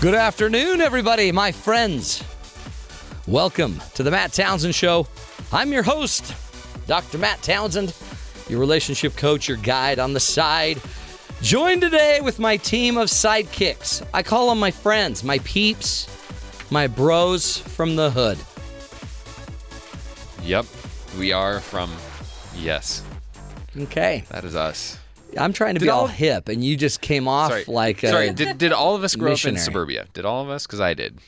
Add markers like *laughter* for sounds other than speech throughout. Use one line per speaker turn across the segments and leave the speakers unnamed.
Good afternoon, everybody, my friends. Welcome to the Matt Townsend Show. I'm your host, Dr. Matt Townsend, your relationship coach, your guide on the side. Joined today with my team of sidekicks. I call them my friends, my peeps, my bros from the hood.
Yep, we are from. Yes,
Okay.
that is us.
I'm trying to
Did
be all,
all-
hip, and you just came off
Sorry,
like a,
sorry. Did, did all of us grow up
missionary.
in suburbia? Did all of us? Because I did.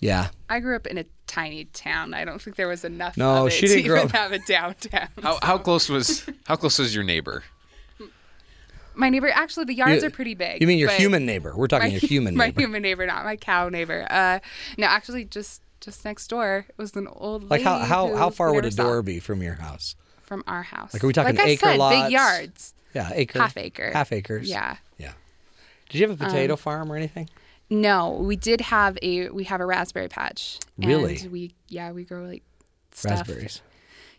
yeah.
I grew up in a tiny town. I don't think there was enough
No,
of it
she didn't
to
grow
even
up-
have a downtown. *laughs*
How how close was how close was your neighbor?
My neighbor, actually, the yards
You-
are pretty big.
You mean your
but
human neighbor? We're
My,
talking your human
*laughs* my
neighbor,
human neighbor, not my cow neighbor. Uh, no, actually, just just next door it was an old
Like how
lady
how
who
how far
we
would a
never saw
door be from your house?
from our house?
Like, are we talking
like I
acre
said,
lots?
Big yards,
Yeah, acre,
half acre,
half acres.
Yeah. Um,
yeah. Did you have a potato farm or anything?
No, we did have a we have a raspberry patch.
Really?
And we yeah we grow like stuff.
Raspberries.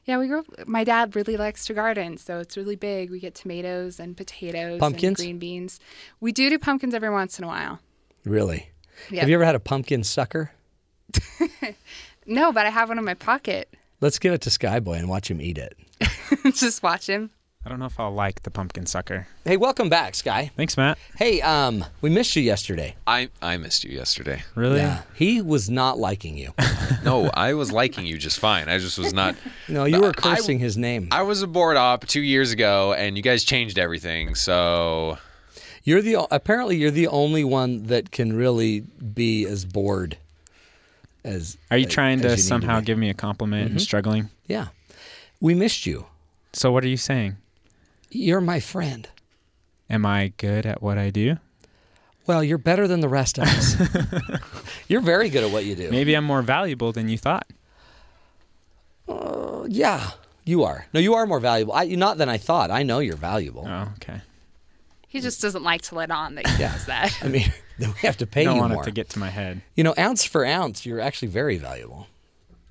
Yeah, we grew up. My dad really likes to garden, so it's really big. We get tomatoes and potatoes,
Pumpkins?
and green beans. We do do pumpkins every once in a while.
Really?
Yeah.
Have you ever had a pumpkin sucker?
No, but I have one in my pocket. *laughs*
Let's give it to Skyboy and watch him eat it.
Just watch him.
I don't know if I'll like the pumpkin sucker.
Hey, welcome back, Sky.
Thanks, Matt.
Hey, um, we missed you yesterday.
I I missed you yesterday.
Really?
He was not liking you.
*laughs* No, I was liking you just fine. I just was not.
No, you were
I-
cursing his name.
I was a board op two years ago, and you guys changed everything. So
You're the o- apparently you're the only one that can really be as bored as
Are you trying
as
to
you need
somehow
be. Mm-hmm.
give me a compliment and struggling?
Yeah. We missed you.
So what are you saying?
You're my friend.
Am I good at what I do?
Well, you're better than the rest of us. you're very good at what you do.
Maybe I'm more valuable than you thought.
Yeah, you are. No, you are more valuable. I, not than I thought. I know you're valuable.
Oh, okay.
He just doesn't like to let on that he does that.
*laughs* I mean, then we have to pay
Don't
you
want
more.
it to get to my head.
you know, ounce for ounce, you're actually very valuable.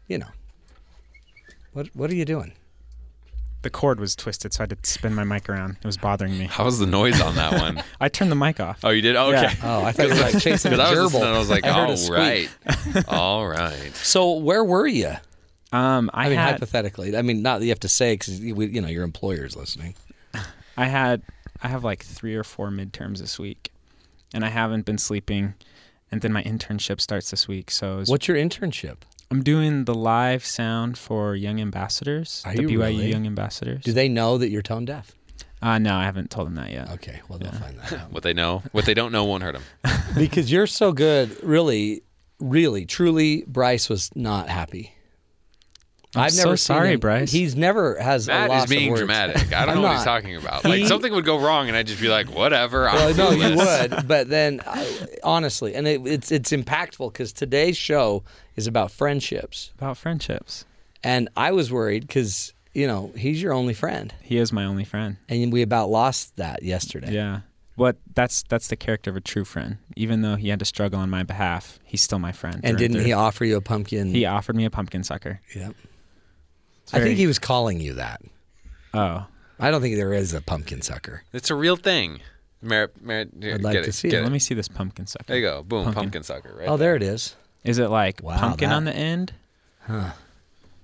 You know. What What are you doing?
The cord was twisted, so I had to spin my mic around. It was bothering me.
how was the noise on that *laughs* one?
I turned the mic off.
Oh, you did. Okay.
Yeah.
*laughs*
*laughs* Oh, I thought you were like chasing a
Because I was
gerbil.
listening, and I was like,
heard a
all
squeak.
right, all right.
So where were you?
Um, I,
Oh. I mean,
had,
hypothetically. I mean, not that you have to say because you, we- you know your employer's listening.
I had, I have like three or four midterms this week, and I haven't been sleeping. And then my internship starts this week, so it's
What's your internship?
I'm doing the live sound for Young Ambassadors,
Are
the
you
BYU
really?
Young Ambassadors.
Do they know that you're tone deaf?
Uh, no, I haven't told them that yet.
Okay, well they'll find that out.
What they know, what they don't know, won't hurt them.
because you're so good, really, really, truly. Bryce was not happy.
I'm so
seen
sorry,
him-
Bryce.
He's never has. a
Matt
loss
is
of
being
words.
dramatic. I don't
I'm
know what he's
not.
talking about.
He-
Like something would go wrong, and I'd just be like, "Whatever." I'm
Well, *laughs* no,
cool with
you
this.
would, but then I, honestly, and it, it's it's impactful because today's show is about friendships,
About friendships.
and I was worried because you know he's your only friend,
He is my only friend.
and we about lost that yesterday.
Yeah. But that's that's the character of a true friend. Even though he had to struggle on my behalf, he's still my friend.
And
through
didn't he
through.
offer you a pumpkin?
He offered me a pumpkin sucker.
Yep.
It's
I
very-
think he was calling you that.
Oh,
I don't think there is a pumpkin sucker.
It's a real thing. Merit, merit,
I'd like
get
to
it,
see
get
it.
let me see this pumpkin sucker.
There you go. Boom, pumpkin,
Pumpkin.
sucker. Right.
Oh, there it is.
Is it like
Wow,
pumpkin
that-
on the
*laughs*
end?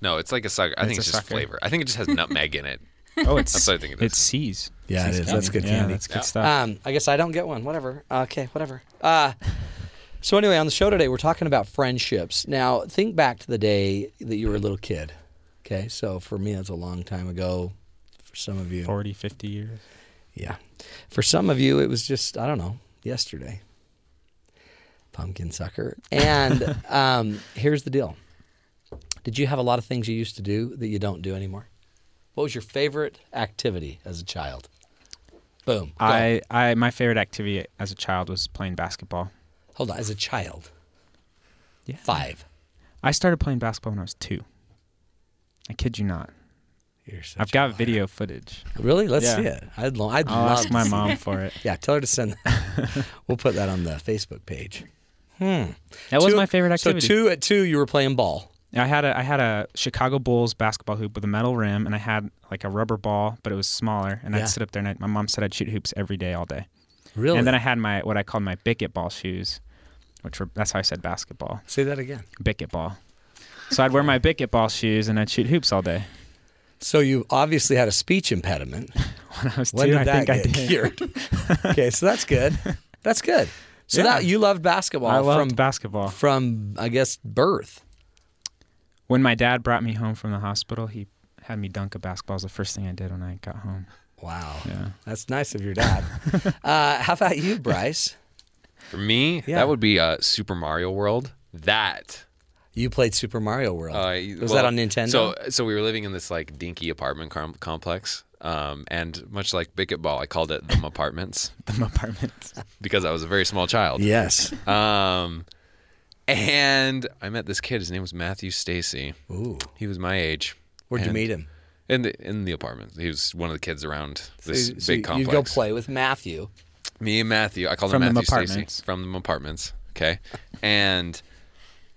No, it's like a sucker. I think
It's
it's
a
just
sucker.
flavor. I think it just has nutmeg in it.
Oh, it's
That's what I think it
it's
is.
C's.
Yeah, it
C's
is. That's good
Yeah,
candy.
that's good
Yeah.
stuff.
Um, I guess I don't get one. Whatever. Okay, whatever. Uh, so anyway, on the show today, we're talking about friendships. Now, think back to the day that you were a little kid. Okay, so for me, that's a long time ago. For some of you,
40, 50 years.
yeah. For some of you, it was just I don't know. Yesterday, pumpkin sucker. And um, here's the deal. Did you have a lot of things you used to do that you don't do anymore? What was your favorite activity as a child? Boom. Go.
I, I my favorite activity as a child was playing basketball.
Hold on, as a child.
Yeah.
Five.
I started playing basketball when I was two. I kid you not. I've got video footage.
*laughs* Really? Let's
Yeah.
see it. I'd, lo- I'd
I'll
love
ask
to
my
see-
mom
*laughs*
for it.
Yeah, tell her to send that.
*laughs*
we'll put that on the Facebook page.
That was
Two-
my favorite activity.
So two at two you were playing ball.
I had a I had a Chicago Bulls basketball hoop with a metal rim, and I had like a rubber ball, but it was smaller. And
Yeah.
I'd sit up there, and I, my mom said I'd shoot hoops every day, all day.
Really?
And then I had my what I called my bicket ball shoes, which were that's how I said basketball
Say that again.
bicket ball. So I'd
*laughs*
wear my bicket ball shoes and I'd shoot hoops all day. *laughs*
So you obviously had a speech impediment.
When I was
When
two,
did
I
that
think I
get
did.
cured?
*laughs*
okay, so that's good. That's good. So
Yeah.
that you loved basketball
I loved
from
basketball.
from I guess birth.
When my dad brought me home from the hospital, he had me dunk a basketball. It was the first thing I did when I
*laughs*
got home.
Wow.
Yeah.
That's nice of your
*laughs*
dad. uh, how about you, Bryce?
For me,
Yeah.
that would be uh, Super Mario World. That.
You played Super Mario World.
Uh,
was
well,
that on Nintendo?
So, so we were living in this like dinky apartment com- complex, um, and much like Bicket Ball, I called it
*laughs*
them apartments
Them apartments.
because I was a very small child. *laughs*
yes.
Um, and I met this kid. His name was Matthew Stacy.
Ooh.
He was my age.
Where'd you
And-
meet him?
In the in the apartment. He was one of the kids around this
So-
big
so
complex.
You'd go play with Matthew.
Me and Matthew. I called
From
him
them
Matthew Stacy.
apartments.
From the apartments. Okay. And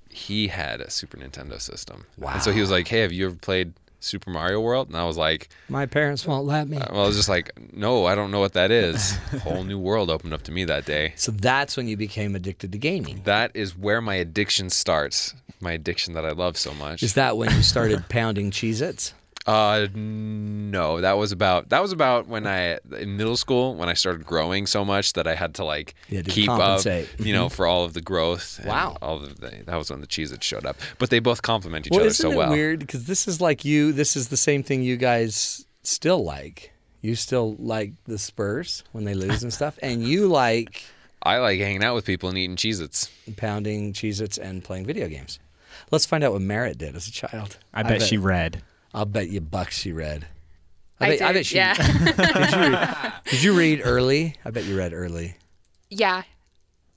he had a Super Nintendo system. And so he was like, Hey, have you ever played Super Mario World? And I was like,
My parents won't let me.
Well, I was just like, No, I don't know what
*laughs*
that is. A whole new world opened up to me that day.
So that's when you became addicted to gaming.
That is where my addiction starts. My addiction that I love so much.
Is that when you
*laughs*
started pounding Cheez Its?
Uh, no, that was about that was about when I in middle school when I started growing so much that I had to like
You had to
keep
compensate. Mm-hmm.
up, you know, for all of the growth. and
Wow.
all of the, that was when the cheese it showed up, but they both complement each
Well,
other
isn't
so
it
well.
weird? Because this is like you. This is the same thing you guys still like. You still like the Spurs when they lose and stuff, and
*laughs*
you like
I like hanging out with people and eating cheese its.
pounding Cheez Its and playing video games. Let's find out what Merritt did as a child.
I, bet, she read.
I'll bet you bucks she read.
I,
bet,
did,
bet she.
yeah,
*laughs*
*laughs*
Did you read early? I bet you read early.
yeah.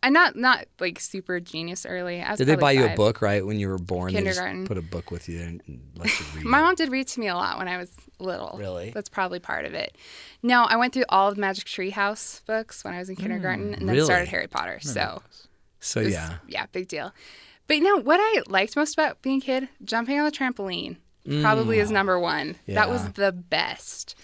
I'm not not like super genius early. I was
Did they
probably
buy you a
five.
book right when you were born? They just
Kindergarten.
put a book with you and let you read.
My
it.
mom did read to me a lot when I was little.
Really?
That's probably part of it. No, I went through all of Magic Tree House books when I was in kindergarten and then
Hmm, really? Hmm.
started Harry Potter. So
So
it was-
yeah,
big deal. But you know what I liked most about being a kid? Jumping on the trampoline probably is number one. That was
Mm. Yeah.
the best.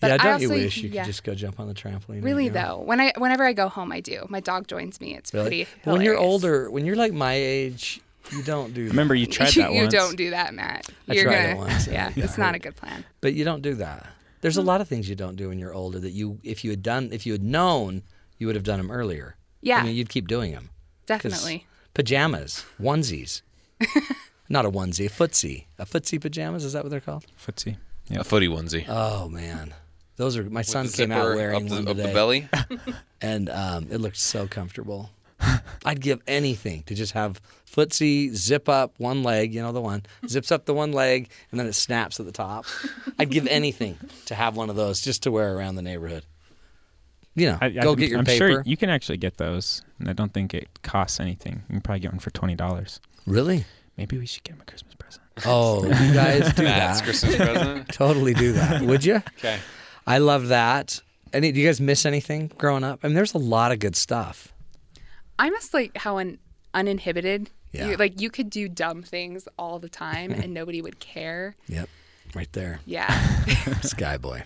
But
yeah.
I
Don't you
also-
wish you
yeah.
could just go jump on the trampoline? right
Really
now?
though, when I whenever I go home, I do. My dog joins me. It's
Really?
pretty.
When you're
hilarious. *laughs*
older, when you're like my age, you don't do that.
Remember you tried
you,
that
*laughs* you
once.
don't do that, Matt.
I
you're
tried
gonna,
it once, *laughs* and
*laughs* Yeah,
it got
it's not a good plan.
But you don't do that. There's
Hmm.
a lot of things you don't do when you're older that you, if you had done, if you had known, you would have done them earlier.
Yeah.
I mean, you'd keep doing them.
Definitely.
Pajamas, onesies. *laughs* Not a onesie, a footsie. A footsie pajamas, is that what they're called?
Footsie. Yeah.
A footy onesie.
Oh, man. Those are, my son
The
came out
zipper
wearing
up
one
the, up
today.
the *laughs* belly.
and um, it looked so comfortable. *laughs* I'd give anything to just have footsie zip up one leg, you know the one, zips up the one leg, and then it snaps at the top. I'd give anything to have one of those just to wear around the neighborhood. You know,
I, I,
go get your
I'm
paper.
sure you can actually get those, and I don't think it costs anything. You can probably get one for twenty dollars.
really?
Maybe we should get him a Christmas present.
Oh, you guys do
That's
that. *laughs*
Christmas present.
Totally do that. Would you?
*laughs* Okay.
I love that. Any, do you guys miss anything growing up? I mean, there's a lot of good stuff.
I miss like how un- uninhibited.
Yeah.
You, like you could do dumb things all
*laughs*
the time and nobody would care.
Yep, right there, *laughs*
Yeah.
Sky Boy.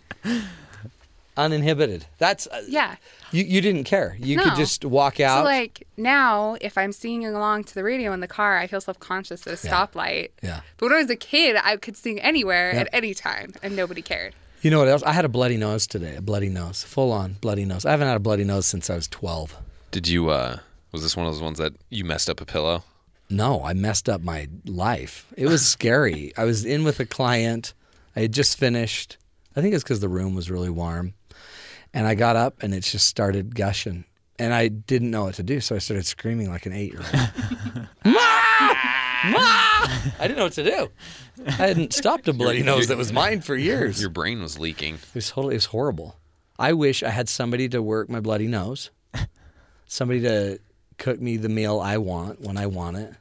Uninhibited. That's uh,
Yeah.
You you didn't care. You could
No.
just walk out.
So like now, if I'm singing along to the radio in the car, I feel self-conscious at a stoplight.
Yeah.
But when I was a kid, I could sing anywhere at any time, and nobody cared.
you know what else? I had a bloody nose today. A bloody nose. Full on bloody nose. I haven't had a bloody nose since I was 12.
Did you? uh Was this one of those ones that you messed up a pillow?
No, I messed up my life. It was scary. I was in with a client. I had just finished. I think it's because the room was really warm. And I got up and it just started gushing. And I didn't know what to do. So I started screaming like an eight year old. I didn't know what to do. I hadn't stopped a bloody nose that was mine for years.
Your brain was leaking.
It was totally it was horrible. I wish I had somebody to work my bloody
*laughs*
nose, somebody to cook me the meal I want when I want it,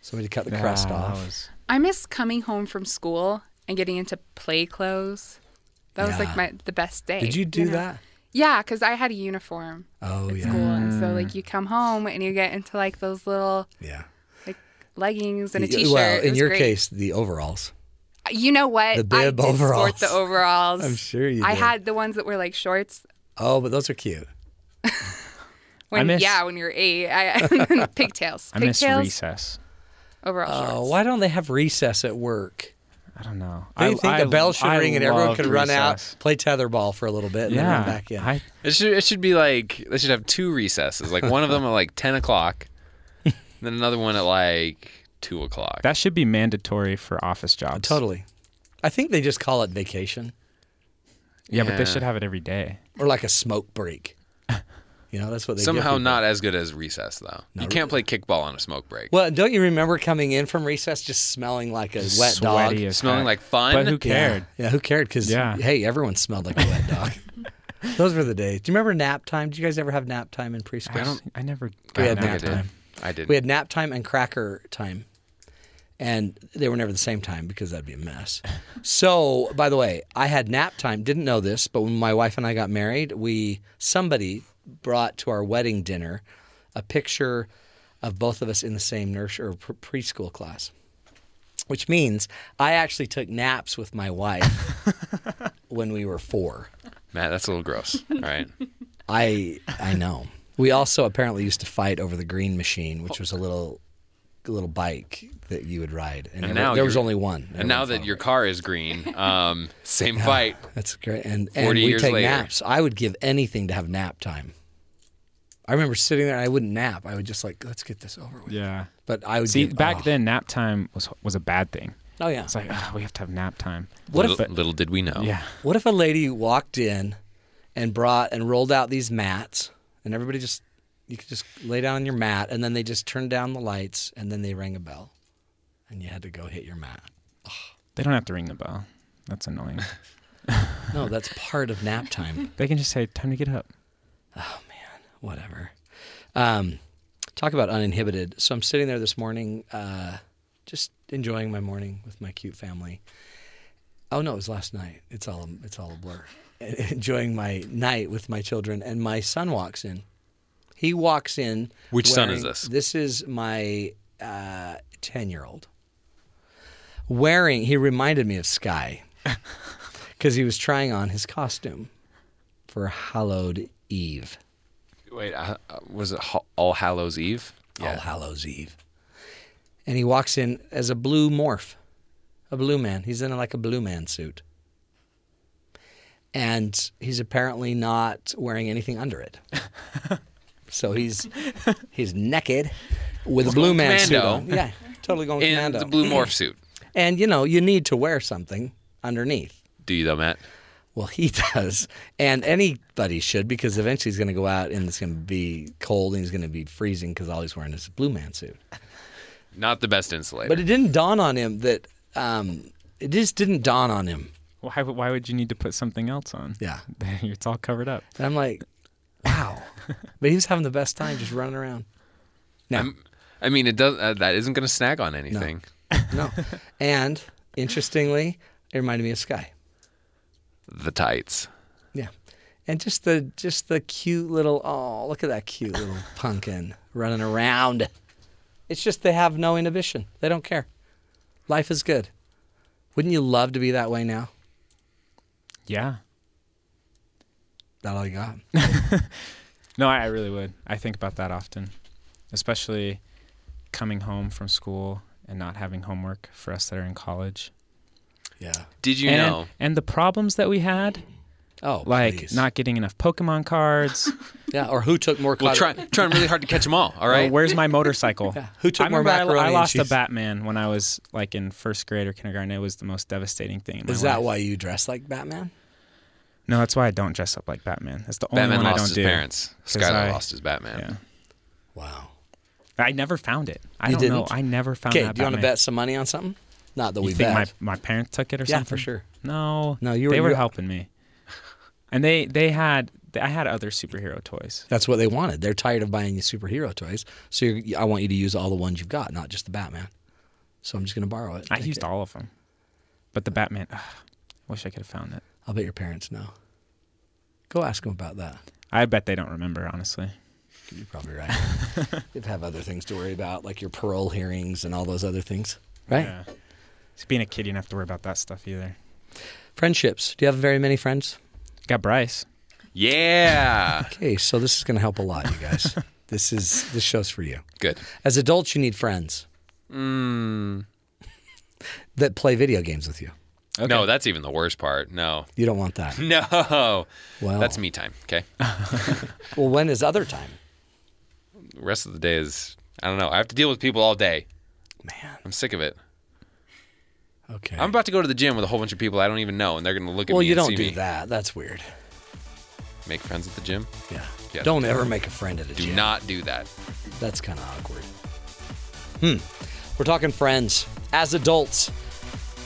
somebody to cut the crust
Ah, that
off.
was-
I miss coming home from school and getting into play clothes. That was
Yeah.
like my the best day.
Did you do
know?
that?
Yeah, because I had a uniform
Oh
at
yeah,
school, and so like you come home and you get into like those little
yeah.
like leggings and a
Y-
t-shirt.
Well,
It
in
was
your
great.
case, the overalls.
you know what?
the bib
I did
overalls.
Sport the overalls.
*laughs* I'm sure you
I
did.
had the ones that were like shorts
Oh, but those are cute.
When,
miss-
yeah, when you're eight,
*laughs*
I, *laughs* pigtails.
I miss
pigtails,
recess.
overall shorts.
Oh, why don't they have recess at work?
I don't know.
I
I
think
I-
a bell should
I
ring and everyone
loved
could run
recess.
out, play tetherball for a little bit, and then
Yeah,
run back in.
I,
It should it should be like they should have two recesses, like one of them at like ten o'clock,
*laughs*
and then another one at like two o'clock.
that should be mandatory for office jobs.
totally. I think they just call it vacation
Yeah, but
Yeah.
they should have it every day.
or like a smoke break. You know, that's what they give
Somehow
people.
not as good as recess though. you can't play kickball on a smoke break.
Well, don't you remember coming in from recess just smelling like a wet dog?
Sweaty as
Smelling
heck.
like fun.
But who
Yeah.
cared?
Yeah, who cared? Because
Yeah.
hey, everyone smelled like a wet
*laughs*
dog. Those were the days. Do you remember nap time? Did you guys ever have nap time in preschool?
I don't. I never
We
got
had
I
nap
nap
did.
time.
I did.
We had nap time and cracker time, and they were never the same time because that'd be a mess. So, by the way, I had nap time. Didn't know this, but when my wife and I got married, we somebody brought to our wedding dinner a picture of both of us in the same nurse or pre- preschool class, which means I actually took naps with my wife when we were four.
Matt, that's a little gross. All right.
I I know. We also apparently used to fight over the green machine, which was a little a little bike that you would ride, and,
And
there,
now
there was
you're-
only one.
And now that
Everyone
your car is
*laughs*
green, um, same fight.
fought. that's great, and and
40
we
years
take
later.
naps. I would give anything to have nap time. I remember sitting there, and I wouldn't nap. I would just like let's get this over with.
Yeah.
But I would
See,
give-
back
oh.
then, nap time was was a bad thing.
Oh yeah.
It's like "Ugh, we have to have nap time.
What if-
little, little did we know.
Yeah.
What if a lady walked in and brought and rolled out these mats, and everybody just you could just lay down on your mat, and then they just turned down the lights, and then they rang a bell, and you had to go hit your mat.
They don't have to ring the bell. That's *laughs* annoying.
No, that's part of nap time.
they can just say, "Time to get up."
Whatever. Um, talk about uninhibited. So I'm sitting there this morning, uh, just enjoying my morning with my cute family. Oh no, it was last night. It's all it's all a blur. *laughs* enjoying my night with my children, and my son walks in. He walks in.
Which son is
wearing-
this?
This is my ten year old. Wearing, he reminded me of
*laughs*
Sky because he was trying on his costume for Hallowed Eve.
Wait, uh, uh, was it Ho- All Hallows Eve?
All Hallows Eve. And he walks in as a blue morph, a blue man. He's in like a blue man suit. And he's apparently not wearing anything under
*laughs*
it. so he's he's naked with a blue man suit on.
commando.
Yeah, totally going
In
commando.
the blue
*laughs*
morph suit.
and you know, you need to wear something underneath.
Do you though, Matt?
Well, he *laughs* does, and anybody should because eventually he's going to go out and it's going to be cold and he's going to be freezing because all he's wearing is a blue man suit.
Not the best insulator.
But it didn't dawn on him that um, it just didn't dawn on him.
Why? would- Why would you need to put something else on? *laughs*
Yeah,
it's all covered up.
and I'm like, wow. but he was having the best time just running around. No,
I mean, it does. Uh, that isn't going to snag on anything.
*laughs* no. And interestingly, it reminded me of Sky.
The tights.
Yeah, and just the just the cute little oh look at that cute little pumpkin running around. It's just they have no inhibition. They don't care. Life is good. Wouldn't you love to be that way now?
Yeah.
That all you got?
No, I, I really would. I think about that often, especially coming home from school and not having homework for us that are in college.
Yeah.
Did you
and,
know?
and the problems that we had,
Oh,
like
please.
not getting enough Pokemon cards. Uh,
yeah. Or who took more?
Well,
cotton-
try, trying really hard to catch them all. All
Or
right.
where's my motorcycle?
Who took
I
more
remember I-
macaroni
I,
and
lost a
cheese?
Batman when I was like in first grade or kindergarten. It was the most devastating thing in my
Is that
life.
why you dress like Batman?
No, that's why I don't dress up like Batman. That's the only
Batman
one I
lost
don't
his
do.
parents.
'Cause
Skylar
I-
lost his Batman.
Yeah.
Wow.
I never found it. I
You
don't know.
didn't?
I never found
Okay,
that
do you want to
Batman.
bet some money on something? Not that
You
we
think
bet.
my, my parents took it or
Yeah,
something?
for sure.
No,
No, you were-
They were
you-
helping me, and they they had I had other superhero toys.
That's what they wanted. They're tired of buying you superhero toys, so you're, I want you to use all the ones you've got, not just the Batman. So I'm just going to borrow it.
I
Take
used
it.
all of them, but the Batman. Ugh, wish I could have found it.
I'll bet your parents know. Go ask them about that.
I bet they don't remember honestly.
You're probably right.
*laughs*
They'd have other things to worry about, like your parole hearings and all those other things, right?
Yeah. Just being a kid, you don't have to worry about that stuff either.
Friendships. Do you have very many friends?
Got Bryce.
Yeah. *laughs*
Okay, so this is going to help a lot, you guys. *laughs* this is this show's for you.
Good.
As adults, you need friends
Hmm.
that play video games with you.
No, that's even the worst part. No.
You don't want
*laughs*
that.
No.
Well,
That's me time. Okay.
Well, when is other time?
The rest of the day is I don't know. I have to deal with people all day.
Man,
I'm sick of it.
okay.
I'm about to go to the gym with a whole bunch of people I don't even know, and they're gonna look at
well,
me.
you
and
don't
see
do
me.
that. That's weird.
Make friends at the gym.
Yeah.
Yeah.
Don't ever make a friend at a
Do
gym.
not do that.
That's kind of awkward. Hmm. We're talking friends as adults.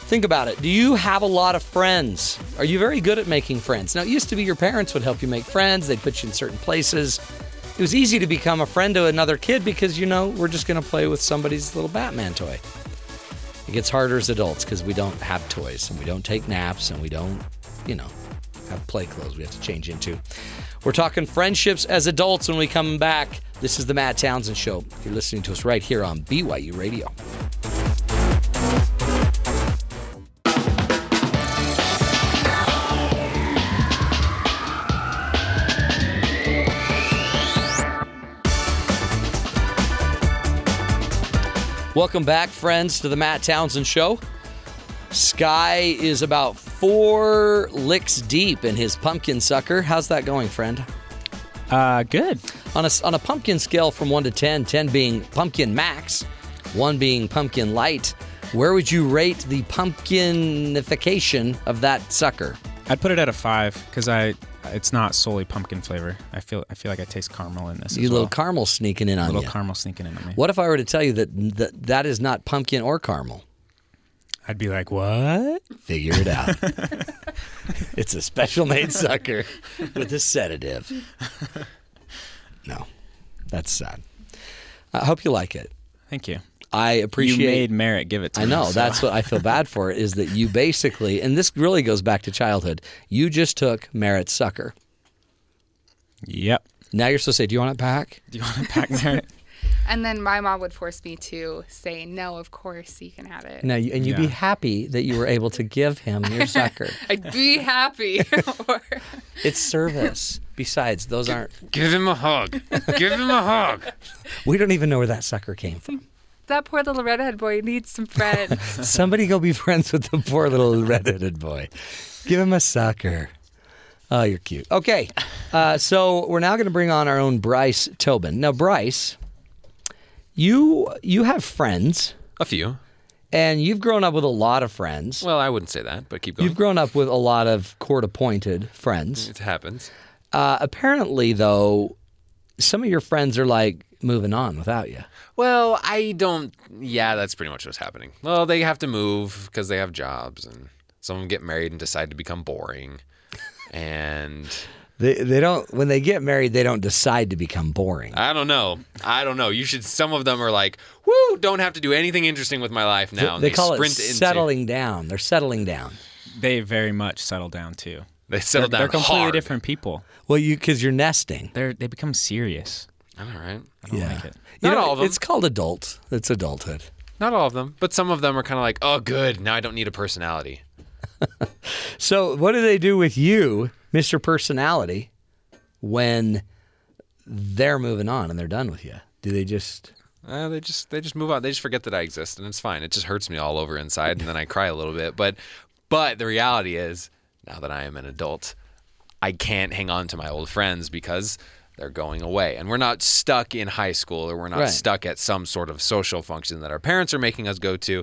Think about it. Do you have a lot of friends? Are you very good at making friends? Now, it used to be your parents would help you make friends, they'd put you in certain places. It was easy to become a friend to another kid because, you know, we're just going to play with somebody's little Batman toy. It gets harder as adults because we don't have toys and we don't take naps and we don't, you know, have play clothes we have to change into. We're talking friendships as adults when we come back. This is the Matt Townsend Show. You're listening to us right here on BYU Radio. Welcome back, friends, to the Matt Townsend Show. Sky is about four licks deep in his pumpkin sucker. How's that going, friend?
Uh, good.
On a, on a pumpkin scale from 1 to 10, 10 being pumpkin max, 1 being pumpkin light, where would you rate the pumpkinification of that sucker?
I'd put it at a five because I it's not solely pumpkin flavor. I feel I feel like I taste caramel in this.
You
as
little
well.
caramel sneaking in on
little
you.
caramel sneaking in on me.
what if I were to tell you that, that that is not pumpkin or caramel?
I'd be like, what?
Figure it
*laughs*
out. it's a special made sucker with a sedative. No, that's sad. I hope you like it.
Thank you.
I appreciate
you made Merritt give it to
I
me.
know.
so-
That's what I feel bad for is that you basically, and this really goes back to childhood, you just took Merritt's sucker.
Yep.
Now you're supposed to say, Do you want it back?
Do you want to pack
*laughs*
Merritt?
And then my mom would force me to say, no, of course you can have it.
No, you- and you'd be
Yeah.
happy that you were able to give him
*laughs*
your sucker. *laughs*
I'd be happy. *laughs* or,
It's service. Besides, those aren't,
Give him a hug. Give him a hug.
we don't even know where that sucker came
*laughs*
from.
that poor little redhead boy needs some friends.
*laughs* Somebody go be friends with the poor little redheaded boy. Give him a sucker. Oh, you're cute. Okay. Uh, so we're now going to bring on our own Bryce Tobin. Now, Bryce, you you have friends.
A few.
And you've grown up with a lot of friends.
Well, I wouldn't say that, but keep going.
You've grown up with a lot of court appointed friends.
it happens.
Uh, apparently, though, some of your friends are like moving on without you.
Well, I don't. Yeah, that's pretty much what's happening. Well, they have to move because they have jobs, and some of them get married and decide to become boring.
*laughs*
And
They, they don't, when they get married, they don't decide to become boring.
I don't know. I don't know. You should. Some of them are like, "Woo! Don't have to do anything interesting with my life now." and
they, call it
sprint into-
settling down. They're settling down.
They very much settle down too.
*laughs* They settle down.
They're completely
hard.
different people.
Well, you, because you're nesting.
They're they become serious.
I know, right?
I don't like it.
You
Not
know,
all of them.
It's called adult. It's adulthood.
Not all of them, but some of them are kind of like, "Oh, good. Now I don't need a personality."
So, what do they do with you, Mr. Personality, when they're moving on and they're done with you? Do they just.
Uh, they just they just move on. They just forget that I exist, and it's fine. It just hurts me all over inside, and
*laughs*
then I cry a little bit. But but the reality is, now that I am an adult, I can't hang on to my old friends because they're going away, and we're not stuck in high school, or we're not
Right.
stuck at some sort of social function that our parents are making us go to.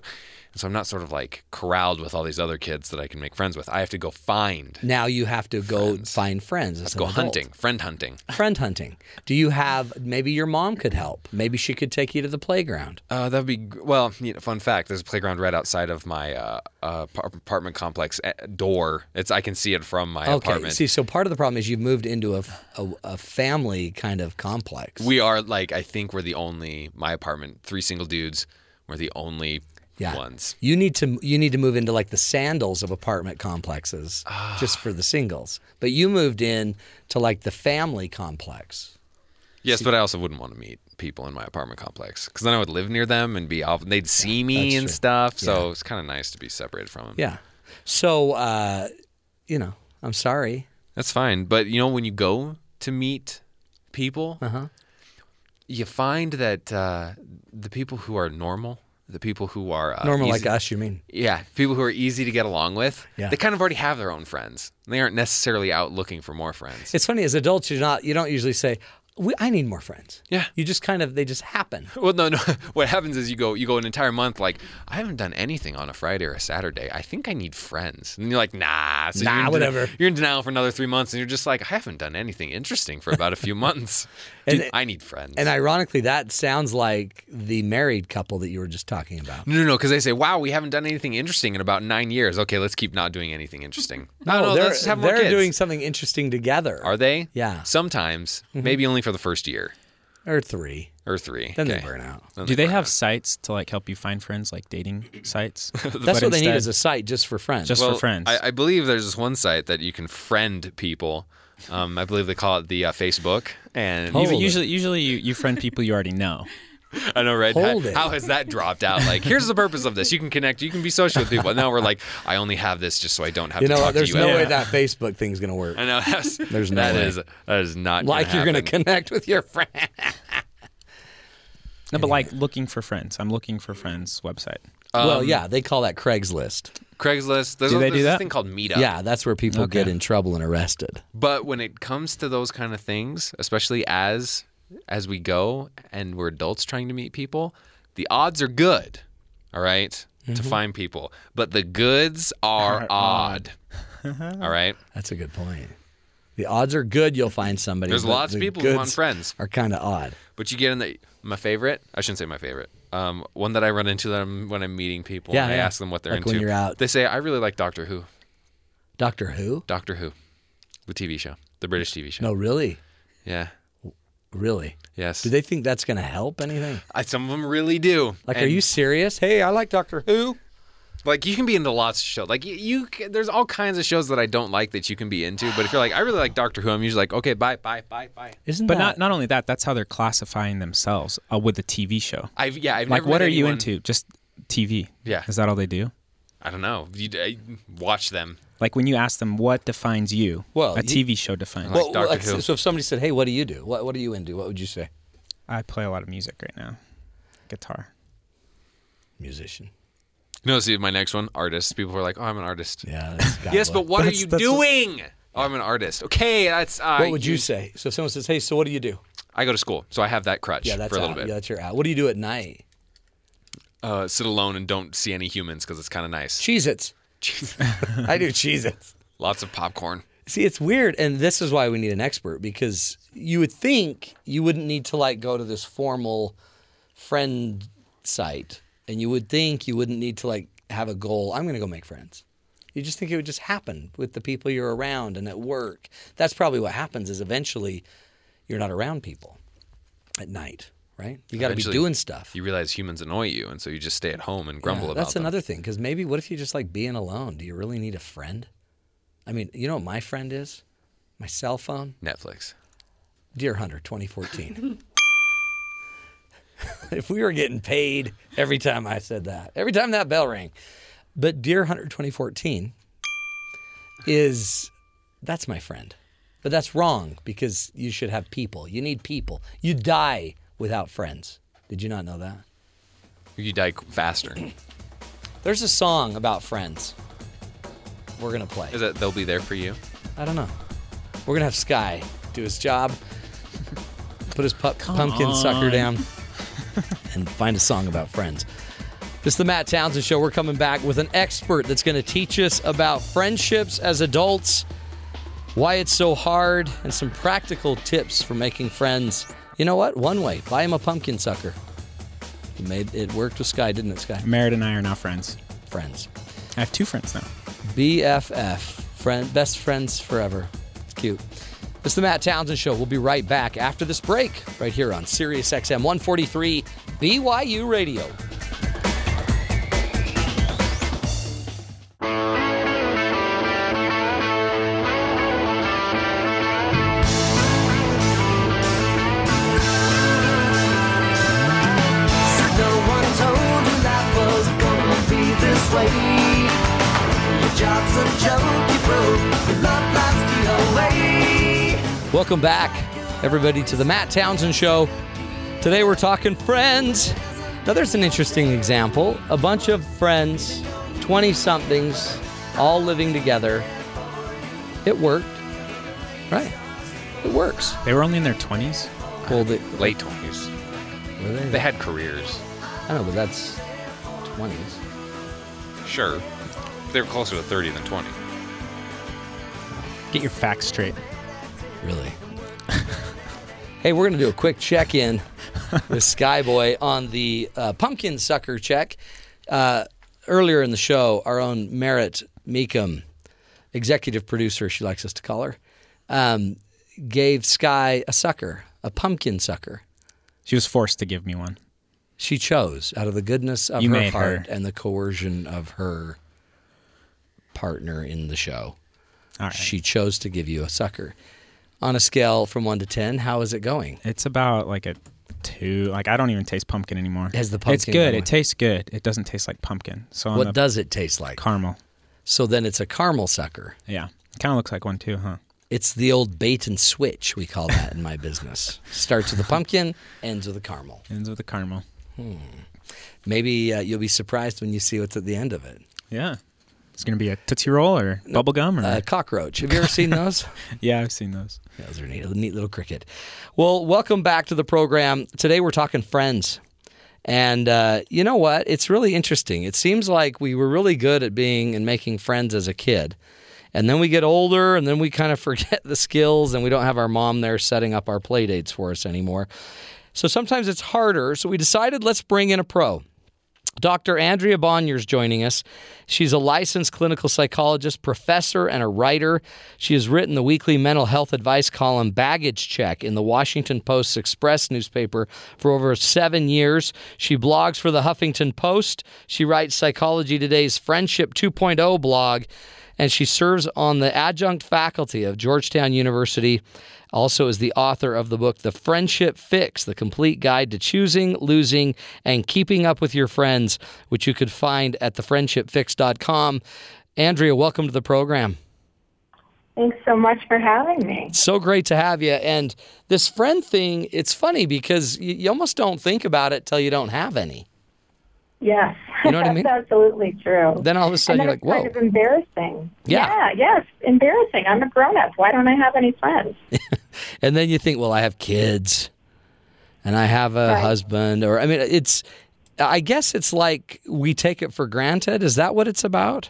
And so I'm not sort of like corralled with all these other kids that I can make friends with. I have to go find,
Now you have to go find friends. As
go
an adult.
hunting, friend hunting.
Friend hunting. Do you have, maybe your mom could help. Maybe she could take you to the playground.
Uh, that'd be gr- well. You know, fun fact: there's a playground right outside of my uh, uh, par- apartment complex eh, door. It's I can see it from my
Okay.
apartment.
See, so part of the problem is you've moved into a, a, a family kind of complex.
we are like I think we're the only my apartment three single dudes. We're the only
Yeah.
ones.
you need to you need to move into like the sandals of apartment complexes
Ah.
just for the singles. But you moved in to like the family complex.
Yes, but I also wouldn't want to meet people in my apartment complex because then I would live near them and be off. They'd see me
that's
and
true.
stuff. So it's kind of nice to be separated from them.
Yeah. So uh, you know, I'm sorry.
That's fine. But you know, when you go to meet people,
Uh-huh.
you find that uh, the people who are normal, the people who are uh,
Normal
easy-
like us, you mean?
yeah, people who are easy to get along with,
Yeah.
they kind of already have their own friends. They aren't necessarily out looking for more friends.
It's funny as adults, you're not. You don't usually say, we, "I need more friends."
Yeah.
You just kind of they just happen.
*laughs* Well, no, *laughs* no. What happens is you go you go an entire month like I haven't done anything on a Friday or a Saturday. I think I need friends, and you're like, nah, so
Nah,
you're in den-
whatever.
you're in denial for another three months, and you're just like, I haven't done anything interesting for about a
*laughs*
few months.
And
Dude,
it-
I need friends.
And *laughs* ironically, that sounds like the married couple that you were just talking about.
no, no, no, because they say, wow, we haven't done anything interesting in about nine years. Okay, let's keep not doing anything
*laughs*
interesting. No, no,
they're,
let's just have more
they're
kids.
doing something interesting together.
Are they?
Yeah. Mm-hmm.
Sometimes, maybe only for the first year
or three?
or three.
Then
Okay.
they burn out.
Do they have sites to like help you find friends, like dating sites?
*laughs* That's what they need is a site just for friends.
just for friends.
I, I believe there's this one site that you can friend people. Um, I believe they call it the uh, Facebook. And
Hold
Even-
it.
usually, usually you, you friend people you already know.
I know, right?
Hold
how,
it.
how has that dropped out? Like, here's the purpose of this. You can connect. You can be social with people. Now we're like, I only have this just so I don't have
you
to
know,
talk
what? there's
to you.
no
ever.
way that Facebook thing's gonna work.
*laughs* I know. That's,
There's no
that
way.
is- that is not
Like you're gonna
happen.
connect with your friend.
No, but like looking for friends. I'm looking for friends website.
Um,
well, yeah, they call that Craigslist.
Craigslist. There's,
Do
a,
they
there's
do
this
that?
thing called Meetup.
Yeah, that's where people get in trouble and arrested.
But when it comes to those kind of things, especially as as we go and we're adults trying to meet people, the odds are good, all right, to
Mm-hmm.
find people. But the goods are, odd. all
*laughs*
right.
That's a good point. The odds are good you'll find somebody.
There's
but
lots of
the
people who want
goods
friends.
Are kind of odd.
But you get in the my favorite. I shouldn't say my favorite. Um, one that I run into that I'm, when I'm meeting people.
Yeah,
and I
yeah.
ask them what they're
Like
into.
when you're out.
They say I really like Doctor Who.
Doctor Who?
Doctor Who, the TV show, the British TV show.
No, really,
Yeah.
really.
Yes.
Do they think that's going to help anything?
I, some of them really do.
Like, are
And-
you serious? Hey, I like Doctor Who.
Like you can be into lots of shows. Like you, you c- there's all kinds of shows that I don't like that you can be into. But if you're like, I really like Doctor Who, I'm usually like, okay, bye, bye, bye, bye.
Isn't
But
that
not not only that. That's how they're classifying themselves uh, with a TV show.
I've yeah, I've
Like,
never
what
met
are you
anyone-
into? Just TV.
Yeah.
Is that all they do?
I don't know. You I, watch them.
Like when you ask them what defines you,
Well,
a
you-
TV show defines.
Well-
you.
like Doctor Who.
So if somebody said, "Hey, what do you do? What What are you into? What would you say?"
I play a lot of music right now, guitar.
Musician.
No, see my next one, artists. People are like, oh, I'm an artist.
Yeah.
*laughs* Yes, but what are
That's-
you
that's a-
doing? Oh, I'm an artist. Okay, that's. Uh,
What would you say? So if someone says, "Hey, so what do you do?"
I go to school, so I have that crutch
Yeah, that's
for a little
out.
bit.
Yeah, that's your out. What do you do at night?
Uh, sit alone and don't see any humans because it's kind of nice.
Cheez Its. *laughs* I do Cheez Its.
Lots of popcorn.
See, it's weird, and this is why we need an expert because you would think you wouldn't need to like go to this formal friend site, and you would think you wouldn't need to like have a goal. I'm going to go make friends. You just think it would just happen with the people you're around and at work. That's probably what happens. Is eventually you're not around people at night, right? You got to be
Eventually,
doing stuff.
You realize humans annoy you, and so you just stay at home and grumble
Yeah,
about
that's
them.
another thing because maybe what if you just like being alone do you really need a friend i mean you know what my friend is my cell phone
Netflix.
dear hunter 2014 *laughs* if we were getting paid every time i said that every time that bell rang but dear hunter 2014 is that's my friend but that's wrong because you should have people you need people you die without friends did you not know that
You die faster.
There's a song about friends. We're gonna play.
Is that they'll be there for you?
I don't know. We're gonna have Sky do his job, put his pu- pumpkin sucker down, and find a song about friends. This is the Matt Townsend Show. We're coming back with an expert that's gonna teach us about friendships as adults, why it's so hard, and some practical tips for making friends. You know what? One way: buy him a pumpkin sucker. It made it worked with Sky, didn't it, Sky?
Merritt and I are now friends.
Friends.
I have two friends now.
BFF, friend, best friends forever. It's cute. It's the Matt Townsend Show. We'll be right back after this break, right here on Sirius XM 143 BYU Radio.
No one told you life was gonna be this way. Your job's a joke, you broke. Your love life's away.
Welcome back, everybody, to the Matt Townsend Show. Today we're talking friends. Now, there's an interesting example. A bunch of friends, 20 somethings, all living together. It worked. Right. It works.
They were only in their 20s.
Well, they,
Late 20s.
were they?
They had careers.
I know, but that's 20s.
Sure. They were closer to 30 than 20.
Get your facts straight.
Really? hey, we're going to do a quick check in
*laughs*
with Skyboy on the uh, pumpkin sucker check. Uh, earlier in the show, our own Merritt Meekum, executive producer, she likes us to call her, um, gave Sky a sucker, a pumpkin sucker.
She was forced to give me one.
She chose out of the goodness of
You
her
made her.
heart and the coercion of her partner in the show.
All right.
She chose to give you a sucker. On a scale from one to 10, how is it going?
It's about like a two. Like I don't even taste pumpkin anymore.
Has the
It's
pumpkin
good.
gone?
It tastes good. It doesn't taste like pumpkin. So on
What
the
does it taste like?
caramel.
so then it's a caramel sucker.
Yeah. Kind of looks like one too, huh?
It's the old bait and switch, we call that in my business. Starts with a pumpkin, ends with a caramel.
Ends with a caramel.
Maybe uh, you'll be surprised when you see what's at the end of it.
Yeah. It's gonna be a tootsie roll or bubble gum or
A cockroach. Have you ever seen those?
yeah. I've seen those.
Those are neat, a neat little cricket. Well, welcome back to the program. Today we're talking friends. And uh, you know what? It's really interesting. It seems like we were really good at being and making friends as a kid. And then we get older and then we kind of *laughs* forget the skills and we don't have our mom there setting up our play dates for us anymore. So sometimes it's harder. So we decided let's bring in a pro. Dr. Andrea Bonnier's joining us. She's a licensed clinical psychologist, professor, and a writer. She has written the weekly mental health advice column Baggage Check in the Washington Post's Express newspaper for over seven years. She blogs for the Huffington Post. She writes Psychology Today's Friendship 2.0 blog, and she serves on the adjunct faculty of Georgetown University. Also, is the author of the book The Friendship Fix The Complete Guide to Choosing, Losing, and Keeping Up with Your Friends, which you could find at thefriendshipfix.com. Andrea, welcome to the program.
Thanks so much for having me.
So great to have you. And this friend thing, it's funny because you, you almost don't think about it till you don't have any.
Yes.
You know
*laughs*
what I mean?
That's absolutely true.
Then all of a sudden
and
you're
then
like,
it's
whoa.
kind of embarrassing.
Yeah.
Yeah, yes, embarrassing. I'm a grown up. Why don't I have any friends?
And then you think, well, I have kids and I have a
Right.
husband. Or, I mean, it's, I guess it's like we take it for granted. Is that what it's about?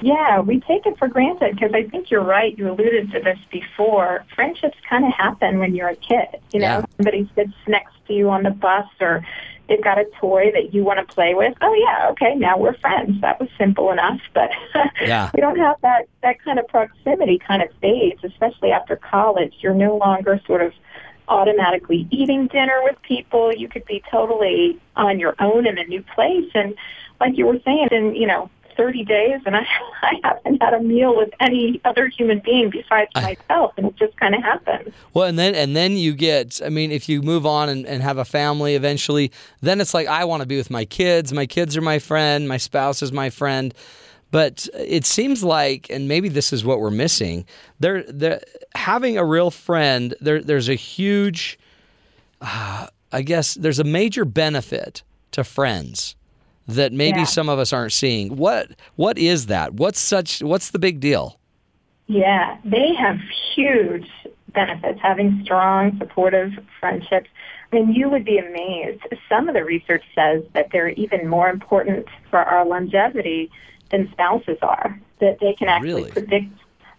yeah, we take it for granted because I think you're right. You alluded to this before. Friendships kind of happen when you're a kid. You know,
Yeah.
somebody sits next to you on the bus or they've got a toy that you want to play with. Oh, yeah, okay, now we're friends. That was simple enough. But *laughs*
Yeah.
we don't have that, that kind of proximity kind of fades, especially after college. You're no longer sort of automatically eating dinner with people. You could be totally on your own in a new place. And like you were saying, in, you know, 30 days and I, *laughs* I haven't had a meal with any other human being besides myself. And it just kind of happens.
Well, and then and then you get. I mean, if you move on and, and have a family eventually, then it's like I want to be with my kids. My kids are my friend. My spouse is my friend. But it seems like, and maybe this is what we're missing. There, there, having a real friend. There, there's a huge. uh, I guess there's a major benefit to friends that maybe
Yeah.
some of us aren't seeing. What what is that? What's such? What's the big deal?
Yeah, they have huge benefits having strong, supportive friendships. I mean, you would be amazed. Some of the research says that they're even more important for our longevity than spouses are, that they can actually
Really?
predict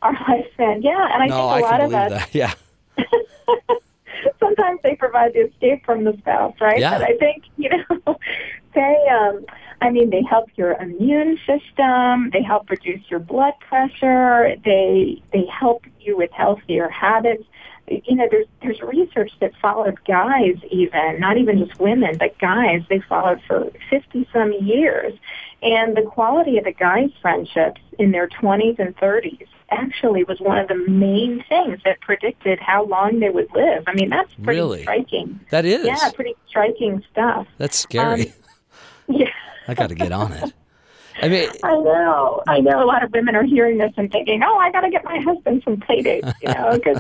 our *laughs* lifespan. Yeah, and I
no, I
think a
can
lot of
believe
us,
that. *laughs* Yeah.
*laughs* sometimes they provide the escape from the spouse, right?
Yeah.
But I think, you know, *laughs* they, um, I mean, they help your immune system. They help reduce your blood pressure. They, they help you with healthier habits. You know, there's, there's research that followed guys even, not even just women, but guys, they followed for 50 some years. And the quality of the guys' friendships in their 20s and 30s actually was one of the main things that predicted how long they would live. I mean, that's pretty
Really?
striking.
That is.
Yeah, pretty striking stuff.
That's scary.
Um, *laughs* Yeah,
I got to get on it. I mean,
I know. I know a lot of women are hearing this and thinking, oh, I got to get my husband some play dates, you know, because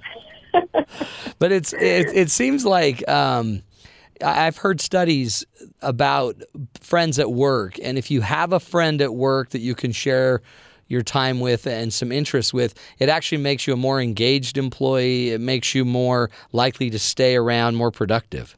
but it's it, it seems like um, I- I've heard studies about friends at work, and if you have a friend at work that you can share your time with and some interests with, it actually makes you a more engaged employee. It makes you more likely to stay around, more productive.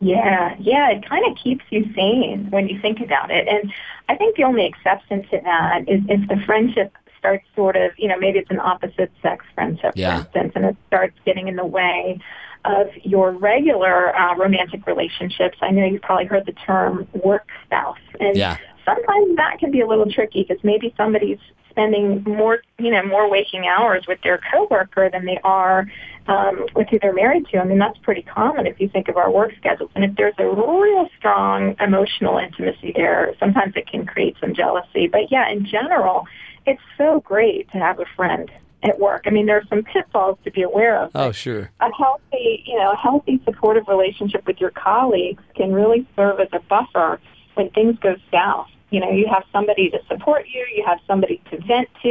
Yeah, yeah, it kind of keeps you sane when you think about it. And I think the only exception to that is if the friendship starts sort of, you know, maybe it's an opposite sex friendship,
Yeah.
for instance, and it starts getting in the way of your regular uh, romantic relationships. I know you've probably heard the term work spouse. And
Yeah.
sometimes that can be a little tricky because maybe somebody's spending more, you know, more waking hours with their coworker than they are um, with who they're married to. I mean, that's pretty common if you think of our work schedules. And if there's a real strong emotional intimacy there, sometimes it can create some jealousy. But yeah, in general, it's so great to have a friend at work. I mean, there are some pitfalls to be aware of
Oh, sure.
a healthy, you know, a healthy supportive relationship with your colleagues can really serve as a buffer when things go south. You know, you have somebody to support you, you have somebody to vent to,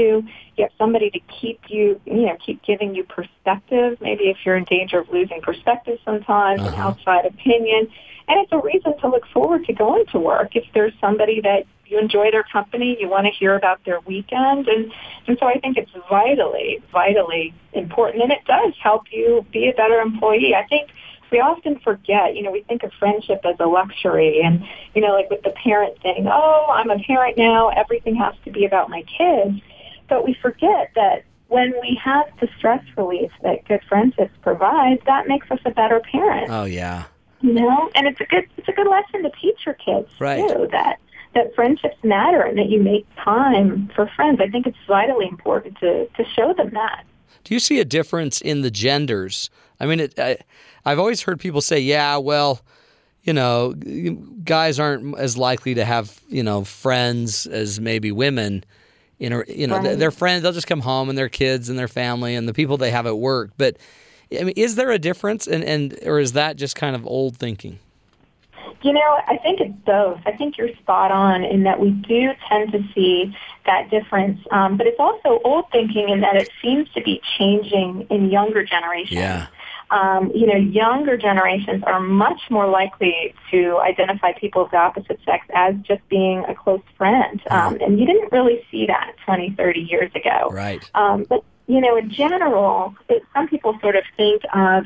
you have somebody to keep you, you know, keep giving you perspective. Maybe if you're in danger of losing perspective sometimes, an outside opinion, and it's a reason to look forward to going to work if there's somebody that you enjoy their company, you want to hear about their weekend. And, and so I think it's vitally, vitally important. And it does help you be a better employee. I think we often forget, you know, we think of friendship as a luxury. And, you know, like with the parent thing, oh, I'm a parent now. Everything has to be about my kids. But we forget that when we have the stress relief that good friendships provide, that makes us a better parent
Oh, yeah.
you know and it's a good it's a good lesson to teach your kids
Right.
too that that friendships matter and that you make time for friends i think it's vitally important to to show them that
Do you see a difference in the genders? I mean, it, I, I've always heard people say, "Yeah, well, you know, guys aren't as likely to have you know friends as maybe women." In a, you know, th-
Right.
their friends, they'll just come home and their kids and their family and the people they have at work. But I mean, is there a difference, and and or is that just kind of old thinking?
You know, I think it's both. I think you're spot on in that we do tend to see that difference, um, but it's also old thinking in that it seems to be changing in younger generations.
Yeah.
Um, you know, younger generations are much more likely to identify people of the opposite sex as just being a close friend.
Uh-huh.
Um, and you didn't really see that 20, 30 years ago.
Right.
Um, but you know, in general, it, some people sort of think of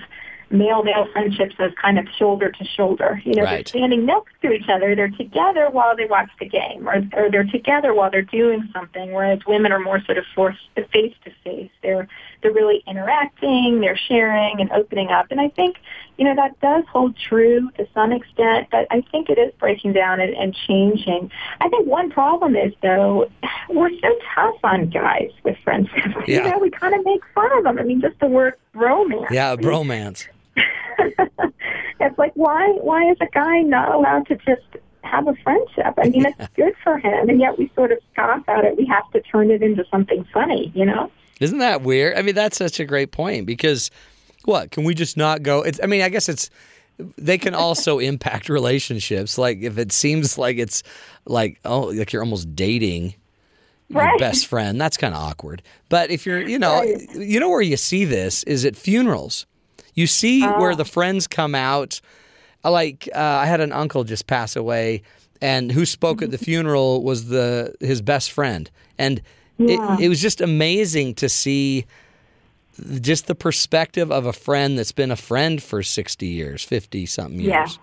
male-male friendships as kind of shoulder to shoulder. You know,
Right.
they're standing next to each other, they're together while they watch the game, or, or they're together while they're doing something. Whereas women are more sort of forced to face to face. They're they're really interacting, they're sharing and opening up. And I think you know that does hold true to some extent, but I think it is breaking down and, and changing. I think one problem is though we're so tough on guys with friendships. *laughs*
Yeah.
You know, we kind of make fun of them. I mean, just the word romance.
Yeah, bromance.
It's like why why is a guy not allowed to just have a friendship? I mean, it's good for him, and yet we sort of scoff at it. We have to turn it into something funny, you know?
Isn't that weird? I mean, that's such a great point because what can we just not go? It's, I mean, I guess it's they can also impact *laughs* relationships. Like if it seems like it's like oh, like you're almost dating your
Right.
best friend, that's kind of awkward. But if you're, you know,
Right.
you know where you see this is at funerals. You see
Oh.
where the friends come out. I Like uh, I had an uncle just pass away, and who spoke
*laughs*
at the funeral was the his best friend, and it, it was just amazing to see just the perspective of a friend that's been a friend for sixty years, fifty something years.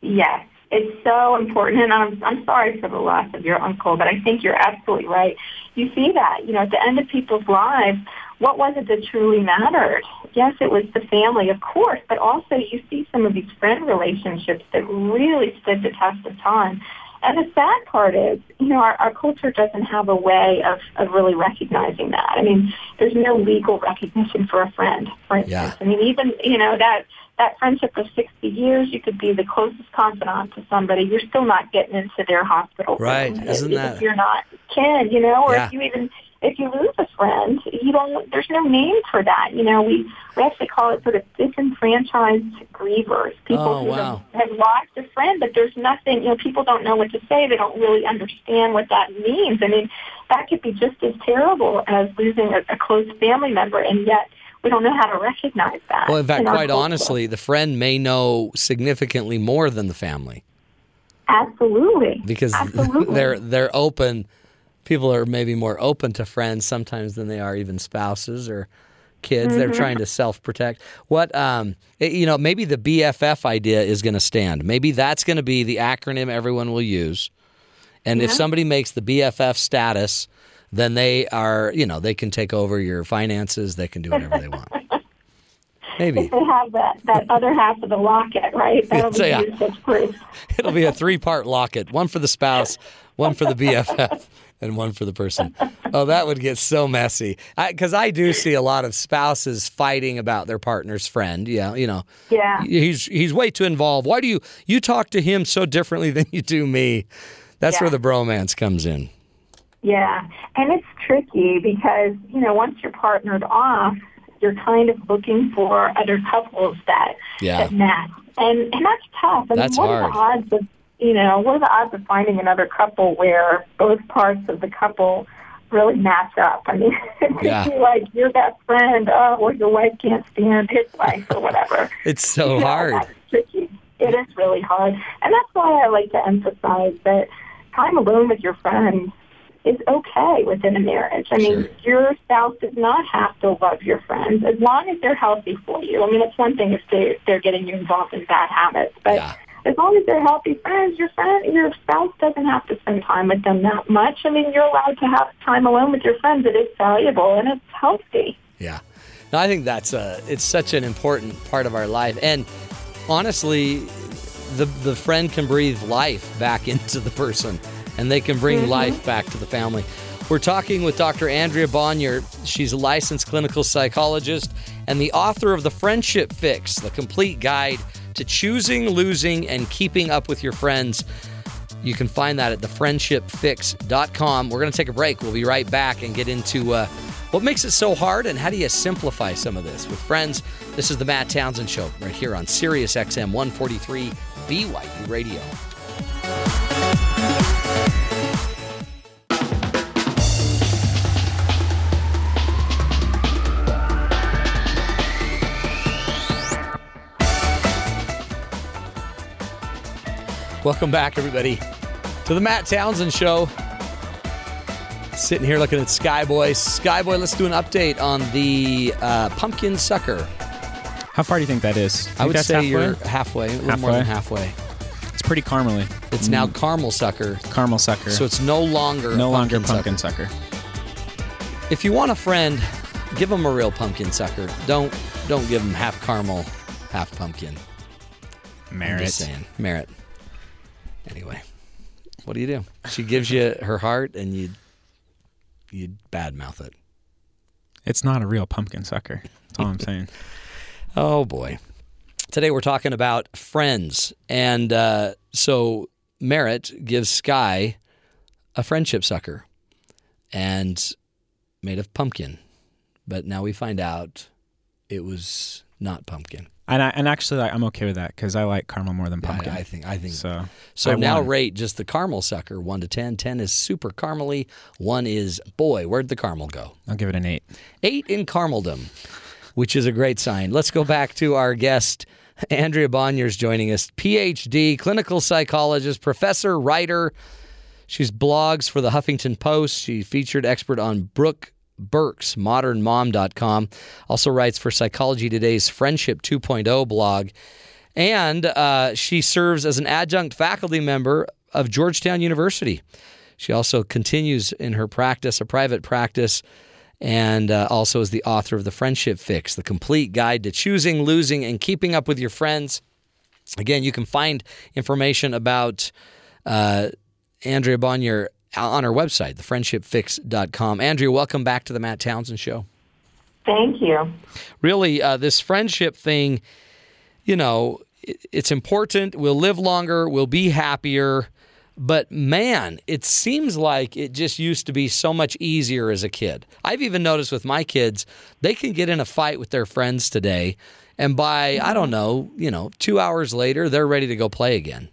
Yeah. Yes, it's so important, and I'm I'm sorry for the loss of your uncle, but I think you're absolutely right. You see that, you know, at the end of people's lives, what was it that truly mattered? Yes, it was the family, of course, but also you see some of these friend relationships that really stood the test of time. And the sad part is, you know, our, our culture doesn't have a way of, of really recognizing that. I mean, there's no legal recognition for a friend, for instance.
Yeah.
I mean, even, you know, that, that friendship of 60 years, you could be the closest confidant to somebody. You're still not getting into their hospital. room
Right.
if-
Isn't that-
If you're not kin, you know, or
Yeah.
if you even, if you lose a friend, you don't, there's no name for that. You know, we, we actually call it sort of disenfranchised grievers. People
Oh,
who
wow.
have, have lost a friend, but there's nothing, you know, people don't know what to say. They don't really understand what that means. I mean, that could be just as terrible as losing a, a close family member, and yet we don't know how to recognize that.
Well, in fact,
our
quite
culture.
honestly, the friend may know significantly more than the family
absolutely,
*laughs* because
absolutely.
they're they're open. People are maybe more open to friends sometimes than they are even spouses or kids. They're trying to self protect. What um, it- you know, maybe the BFF idea is going to stand. Maybe that's going to be the acronym everyone will use. And if somebody makes the BFF status, then they are you know they can take over your finances. They can do whatever they want. Maybe.
they have that, that other half of the locket, right? That'll
So, *laughs*
be
yeah.
used as proof.
It'll be a three part locket one for the spouse, one for the BFF, and one for the person. Oh, that would get so messy. Because I, do see a lot of spouses fighting about their partner's friend. Yeah, you know,
Yeah.
he's he's way too involved. Why do you you talk to him so differently than you do me? That's where the
Yeah.
bromance comes in.
Yeah, and it's tricky because you know once you're partnered off, you're kind of looking for other couples that
Yeah.
that match, and and that's tough. I
That's
mean, what are
hard.
the odds of you know what are the odds of finding another couple where both parts of the couple really match up? I mean, *laughs* it could
Yeah.
be like your best friend, oh, well, your wife can't stand his wife or whatever.
It's so
Yeah,
Oh, hard.
that's tricky. It is really hard. And that's why I like to emphasize that time alone with your friends is okay within a marriage. I mean,
Sure.
your spouse does not have to love your friends as long as they're healthy for you. I mean, it's one thing if they, they're getting you involved in bad habits, but
Yeah.
as long as they're healthy friends, your friend, your spouse doesn't have to spend time with them that much. I mean, you're allowed to have time alone with your friends. It is valuable and it's healthy.
Yeah. No, I think that's a it's such an important part of our life. And honestly, the the friend can breathe life back *laughs* into the person and they can bring life back to the family. We're talking with Dr. Andrea Bonnier. She's a licensed clinical psychologist and the author of The Friendship Fix, the complete guide to choosing, losing, and keeping up with your friends. You can find that at thefriendshipfix.com. We're going to take a break. We'll be right back and get into uh, what makes it so hard and how do you simplify some of this with friends. This is the Matt Townsend Show right here on Sirius XM 143 BYU Radio. Welcome back, everybody, to the Matt Townsend Show. Sitting here looking at Skyboy. Skyboy, let's do an update on the uh, pumpkin sucker.
How far do you think that is?
I
Think
would
that's
say
halfway?
you're halfway, a little more than halfway.
It's pretty caramely.
It's now caramel sucker,
Caramel sucker.
so it's no longer
Hmm. no
a
longer
pumpkin
pumpkin sucker.
Sucker. If you want a friend, give them a real pumpkin sucker. Don't don't give them half caramel, half pumpkin. I'm
Merit.
just saying merit. Anyway, what do you do? She gives you her heart, and you you badmouth it.
It's not a real pumpkin sucker.
*laughs*
That's all I'm saying.
Oh boy. Today we're talking about friends. And uh, so Merritt gives Sky a friendship sucker and made of pumpkin. But now we find out it was not pumpkin.
And I and actually like, I'm okay with that because I like caramel more than pumpkin.
I, I think I think so.
so
So
I
now
won.
rate just the caramel sucker 1 to 10. 10 is super caramely, 1 is boy, where'd the caramel go?
I'll give it an eight.
eight in Carmeldom, which is a great sign. Let's go back to our guest. Andrea Bonnier's joining us, PhD, clinical psychologist, professor, writer. She's blogs for the Huffington Post. She featured expert on Brooke Burke's modernmom.com. Also writes for Psychology Today's Friendship 2.0 blog. And uh, she serves as an adjunct faculty member of Georgetown University. She also continues in her practice, a private practice, and uh, also is the author of The Friendship Fix, the complete guide to choosing, losing, and keeping up with your friends. Again, you can find information about uh, Andrea Bonnier on our website, thefriendshipfix.com. Andrea, welcome back to the Matt Townsend Show
Thank you. *laughs*
really uh, this friendship thing you know it, it's important we'll live longer we'll be happier but man it seems like it just used to be so much easier as a kid i've even noticed with my kids they can get in a fight with their friends today and by i don't know you know two hours later they're ready to go play again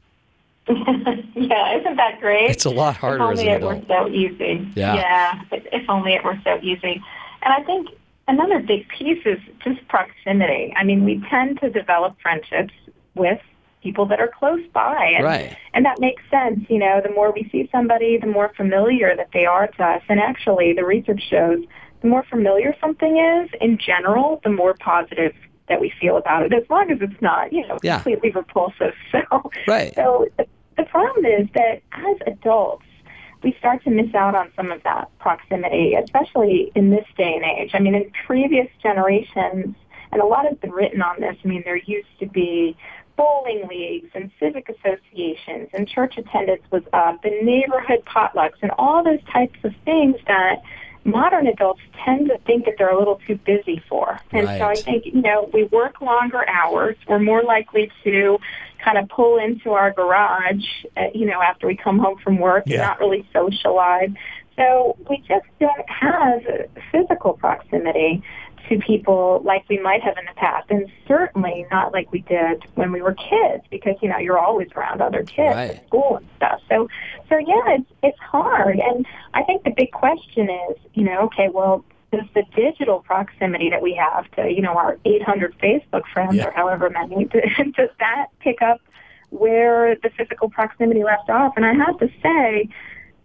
Yeah, isn't that great?
it's a lot harder
if
as
only
an
it
adult
were so easy.
Yeah.
yeah if, if only it were so easy. And I think another big piece is just proximity. I mean, we tend to develop friendships with people that are close by. And,
Right.
and that makes sense. You know, the more we see somebody, the more familiar that they are to us. And actually, the research shows the more familiar something is in general, the more positive that we feel about it, as long as it's not, you know,
Yeah.
completely repulsive. *laughs* So,
Right.
so the, the problem is that as adults, we start to miss out on some of that proximity, especially in this day and age. I mean, in previous generations, and a lot has been written on this. I mean, there used to be bowling leagues and civic associations, and church attendance was up, and neighborhood potlucks, and all those types of things that modern adults tend to think that they're a little too busy for. And so I
Right.
think, you know, we work longer hours. We're more likely to kind of pull into our garage, uh, you know, after we come home from work and not really socialize. So we just don't have physical proximity to people like we might have in the past, and certainly not like we did when we were kids, because you know you're always around other kids
Right.
at school and stuff. So, so yeah, it's it's hard, and I think the big question is, you know, okay, well, does the digital proximity that we have to you know our 800 Facebook friends or however many, *laughs* does that pick up where the physical proximity left off? And I have to say,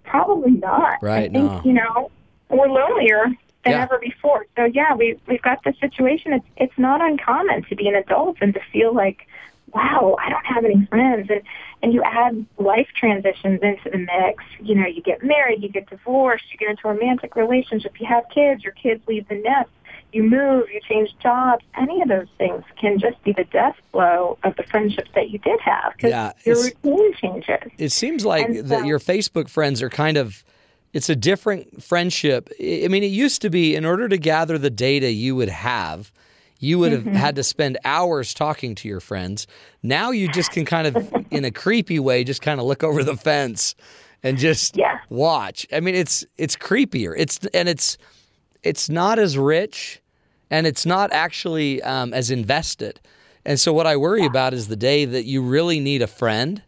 probably not.
Right,
I think,
no.
You know, we're lonelier than
Yeah.
ever before. So yeah, we we've got this situation. It's it's not uncommon to be an adult and to feel like, wow, I don't have any friends. And and you add life transitions into the mix. You know, you get married, you get divorced, you get into a romantic relationship, you have kids, your kids leave the nest. You move, you change jobs. Any of those things can just be the death blow of the friendships that you did have because
Yeah,
your
it's-
routine changes.
It seems like
And
that
so-
your Facebook friends are kind of it's a different friendship. I I mean, it used to be in order to gather the data you would have, you would
Mm-hmm.
have had to spend hours talking to your friends. Now you just can kind
*laughs*
of in a creepy way just kind of look over the fence and just
Yeah.
watch. I mean, it's it's creepier. It's and it's it's not as rich and it's not actually um, as invested. And so what I worry about is the day that you really need a friend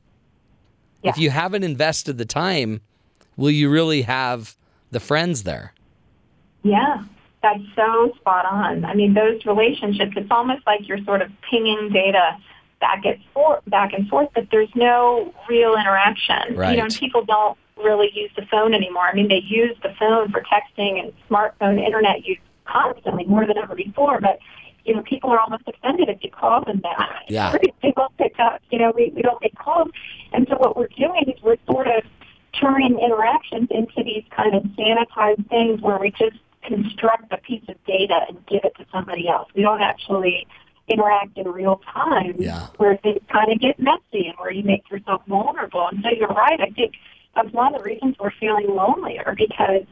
if you haven't invested the time, will you really have the friends there?
Yeah, that's so spot on. I mean, those relationships, it's almost like you're sort of pinging data back and forth, back and forth, but there's no real interaction. You
Right.
know, and people don't really use the phone anymore. I mean, they use the phone for texting and smartphone internet use constantly more than ever before, but you know, people are almost offended if you call them now.
Yeah.
*laughs* they won't pick up. You know, we, we don't make calls. And so what we're doing is we're sort of turning interactions into these kind of sanitized things where we just construct a piece of data and give it to somebody else. We don't actually interact in real time
Yeah.
where things kind of get messy and where you make yourself vulnerable. And so you're right. I think that's one of the reasons we're feeling lonelier because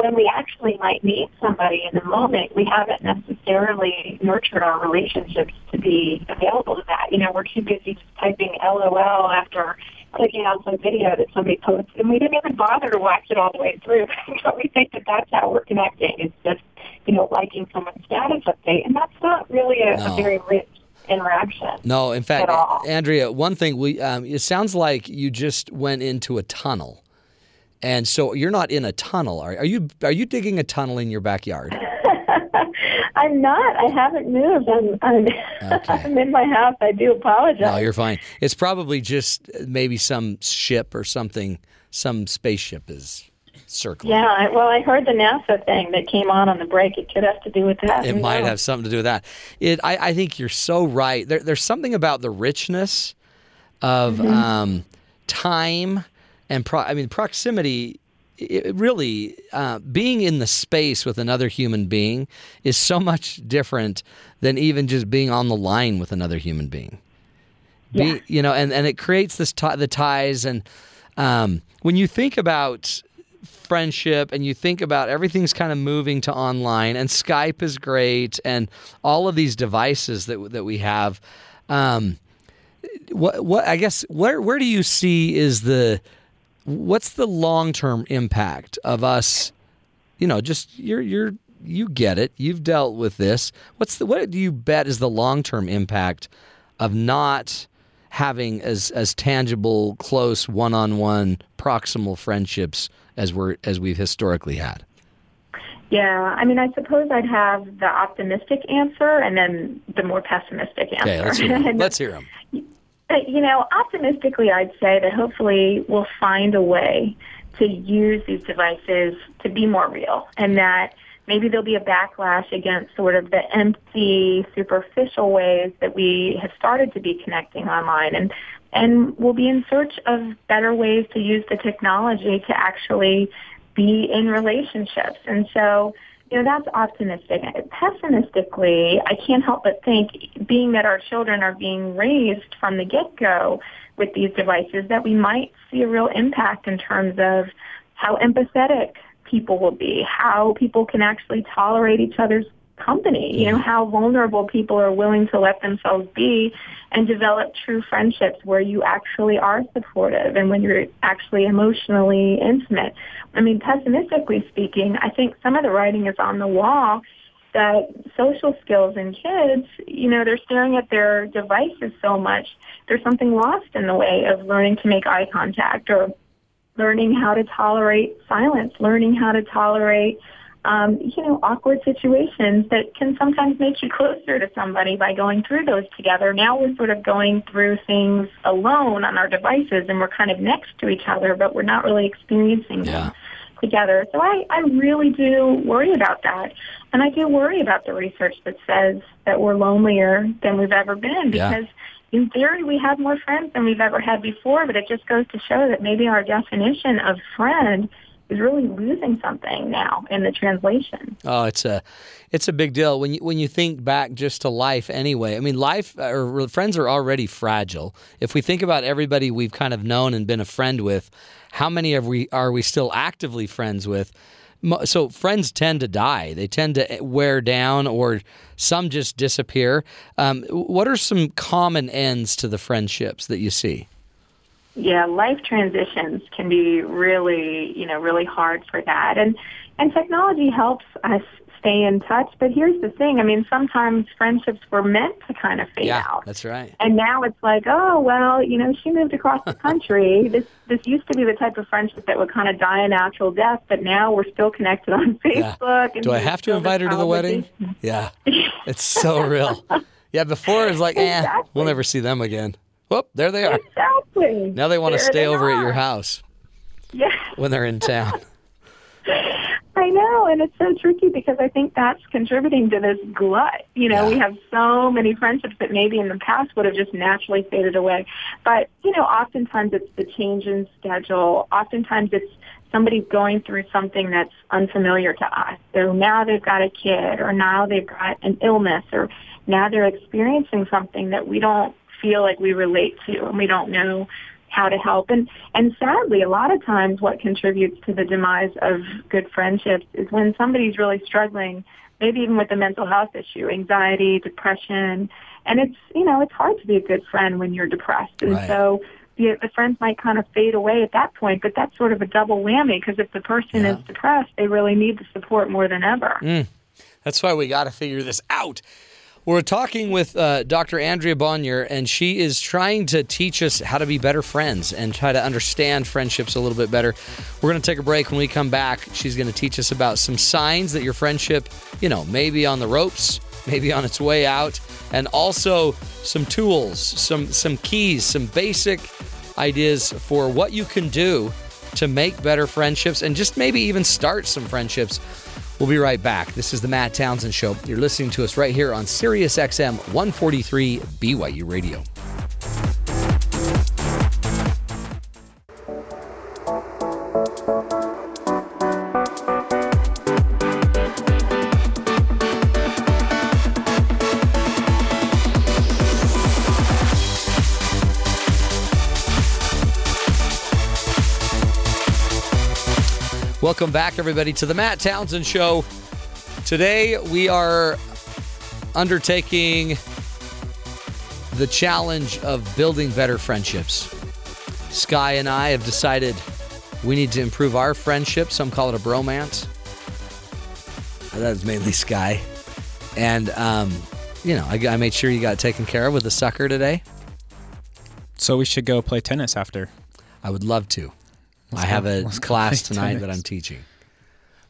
when we actually might need somebody in the moment, we haven't necessarily nurtured our relationships to be available to that. You know, we're too busy just typing LOL after clicking on some video that somebody posts, and we didn't even bother to watch it all the way through. *laughs* so we think that that's how we're connecting. It's just, you know, liking someone's status update, and that's not really a,
No.
a very rich interaction.
No, in fact,
At all.
Andrea, one thing we um, it sounds like you just went into a tunnel, and so you're not in a tunnel. Are, are you? Are you digging a tunnel in your backyard?
I'm not. I haven't moved. I'm I'm, *laughs*
Okay.
I'm in my house. I do apologize.
No, you're fine. It's probably just maybe some ship or something. Some spaceship is circling.
Yeah, I, well, I heard the NASA thing that came on on the break. It could have to do with that.
It
Who
might
knows?
have something to do with that. It, I, I think you're so right. There, there's something about the richness of um, time and pro- I mean proximity. It, it really, uh, being in the space with another human being is so much different than even just being on the line with another human being. Be-
Yeah.
you know, and, and it creates this ti the ties. And um, when you think about friendship and you think about everything's kind of moving to online and Skype is great and all of these devices that that we have um what what I guess where where do you see is the what's the long-term impact of us you know just you're you're you get it you've dealt with this what's the what do you bet is the long-term impact of not having as as tangible close one-on-one proximal friendships as we're as we've historically had
Yeah, I mean, I suppose I'd have the optimistic answer and then the more pessimistic answer.
Okay, let's hear
*laughs*
'em.
And,
Let's hear them.
uh, you know, optimistically, I'd say that hopefully we'll find a way to use these devices to be more real, and that maybe there'll be a backlash against sort of the empty, superficial ways that we have started to be connecting online, and and we'll be in search of better ways to use the technology to actually be in relationships. And so, you know, that's optimistic. Pessimistically, I can't help but think, being that our children are being raised from the get-go with these devices, that we might see a real impact in terms of how empathetic people will be, how people can actually tolerate each other's company, you know, how vulnerable people are willing to let themselves be and develop true friendships where you actually are supportive and when you're actually emotionally intimate. I mean, pessimistically speaking, I think some of the writing is on the wall that social skills in kids, you know, they're staring at their devices so much, there's something lost in the way of learning to make eye contact or learning how to tolerate silence, learning how to tolerate, um, you know, awkward situations that can sometimes make you closer to somebody by going through those together. Now we're sort of going through things alone on our devices and we're kind of next to each other, but we're not really experiencing
Yeah.
them together. So I, I really do worry about that. And I do worry about the research that says that we're lonelier than we've ever been
Yeah.
because in theory, we have more friends than we've ever had before, but it just goes to show that maybe our definition of friend is really losing something now in the translation.
Oh, it's a, it's a big deal when you when you think back just to life. Anyway, I mean, life uh, or friends are already fragile. If we think about everybody we've kind of known and been a friend with, how many are we are we still actively friends with? Mo- So friends tend to die. They tend to eh, wear down, or some just disappear. Um, what are some common ends to the friendships that you see?
yeah, life transitions can be really, you know, really hard for that. And and technology helps us stay in touch, but here's the thing. I mean, sometimes friendships were meant to kind of fade out.
that's right.
And now it's like, oh well, you know, she moved across
*laughs*
the country. this this used to be the type of friendship that would kind of die a natural death, but now we're still connected on
Yeah.
Facebook. And
Do I
we
have to
still
invite her to the wedding?
conversations.
Yeah. It's so real. Yeah, before it was like, eh, we'll
Exactly.
never see them again. Whoop, there they
*laughs*
are.
Exactly.
Now they want to
There
stay
they
over at
are.
your house
Yeah.
when they're in town.
I know, and it's so tricky because I think that's contributing to this glut. You
Yeah.
know, we have so many friendships that maybe in the past would have just naturally faded away. But, you know, oftentimes it's the change in schedule. Oftentimes it's somebody going through something that's unfamiliar to us. So now they've got a kid or now they've got an illness or now they're experiencing something that we don't feel like we relate to and we don't know how to help and and sadly a lot of times what contributes to the demise of good friendships is when somebody's really struggling maybe even with a mental health issue anxiety depression and it's you know it's hard to be a good friend when you're depressed and
Right.
so the, the friends might kind of fade away at that point but that's sort of a double whammy because if the person is depressed they really need the support more than ever
That's why we got to figure this out. We're talking with uh, Dr. Andrea Bonnier, and she is trying to teach us how to be better friends and try to understand friendships a little bit better. We're going to take a break. When we come back, she's going to teach us about some signs that your friendship, you know, maybe on the ropes, maybe on its way out, and also some tools, some some keys, some basic ideas for what you can do to make better friendships and just maybe even start some friendships. We'll be right back. This is the Matt Townsend Show. You're listening to us right here on Sirius XM 143 BYU Radio. Welcome back, everybody, to the Matt Townsend Show. Today we are undertaking the challenge of building better friendships. Sky and I have decided we need to improve our friendship. Some call it a bromance. That was mainly Sky. And, um, you know, I, I made sure you got taken care of with a sucker today.
So we should go play tennis after.
I would love to. I have
go-
a
let's go
class
play
tonight that
tennis.
I'm teaching.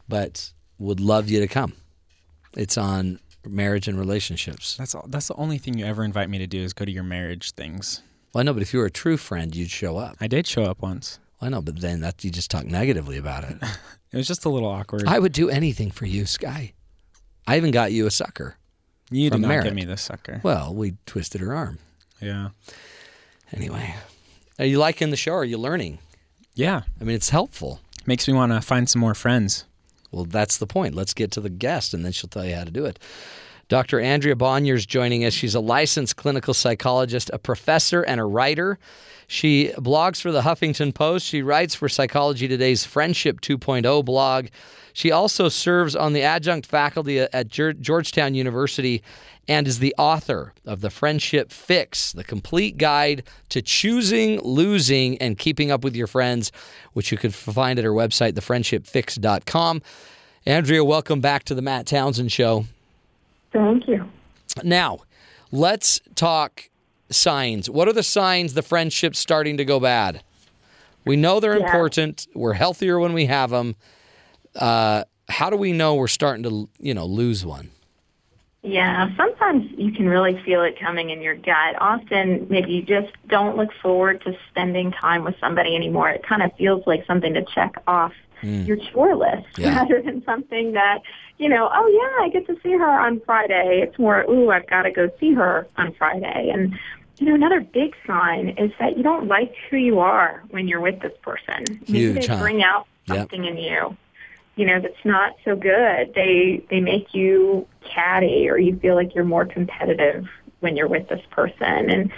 But would love you to come. It's on marriage and relationships.
That's all, that's the only thing you ever invite me to do is go to your marriage things.
Well, I know, but if you were a true friend, you'd show up.
I did show up once.
I know, but then that you just talk negatively about
*laughs*
it.
It was just a little awkward.
I would do anything for you, Sky. I even got you a sucker.
you
from
did not
merit.
get me this sucker.
Well, we twisted her arm.
Yeah.
Anyway, are you liking the show? Are you learning?
Yeah.
I mean, it's helpful.
Makes me want to find some more friends.
Well, that's the point. Let's get to the guest, and then she'll tell you how to do it. Dr. Andrea Bonnier's joining us. She's a licensed clinical psychologist, a professor, and a writer. She blogs for the Huffington Post. She writes for Psychology Today's Friendship 2.0 blog. She also serves on the adjunct faculty at Geor- Georgetown University and is the author of The Friendship Fix, the complete guide to choosing, losing, and keeping up with your friends, which you can find at her website, thefriendshipfix.com. Andrea, welcome back to the Matt Townsend Show.
Thank you.
Now, let's talk signs. What are the signs the friendship's starting to go bad? We know they're
Yeah.
important. We're healthier when we have them. Uh, how do we know we're starting to, you know, lose one?
Yeah, sometimes you can really feel it coming in your gut. Often, maybe you just don't look forward to spending time with somebody anymore. It kind of feels like something to check off your chore list
Hmm. Yeah.
rather than something that, you know, oh yeah, I get to see her on Friday. It's more, ooh, I've got to go see her on Friday. And you know, another big sign is that you don't like who you are when you're with this person. Maybe
Huge,
they
huh?
bring out
Yep.
something in you you know that's not so good they they make you catty or you feel like you're more competitive when you're with this person and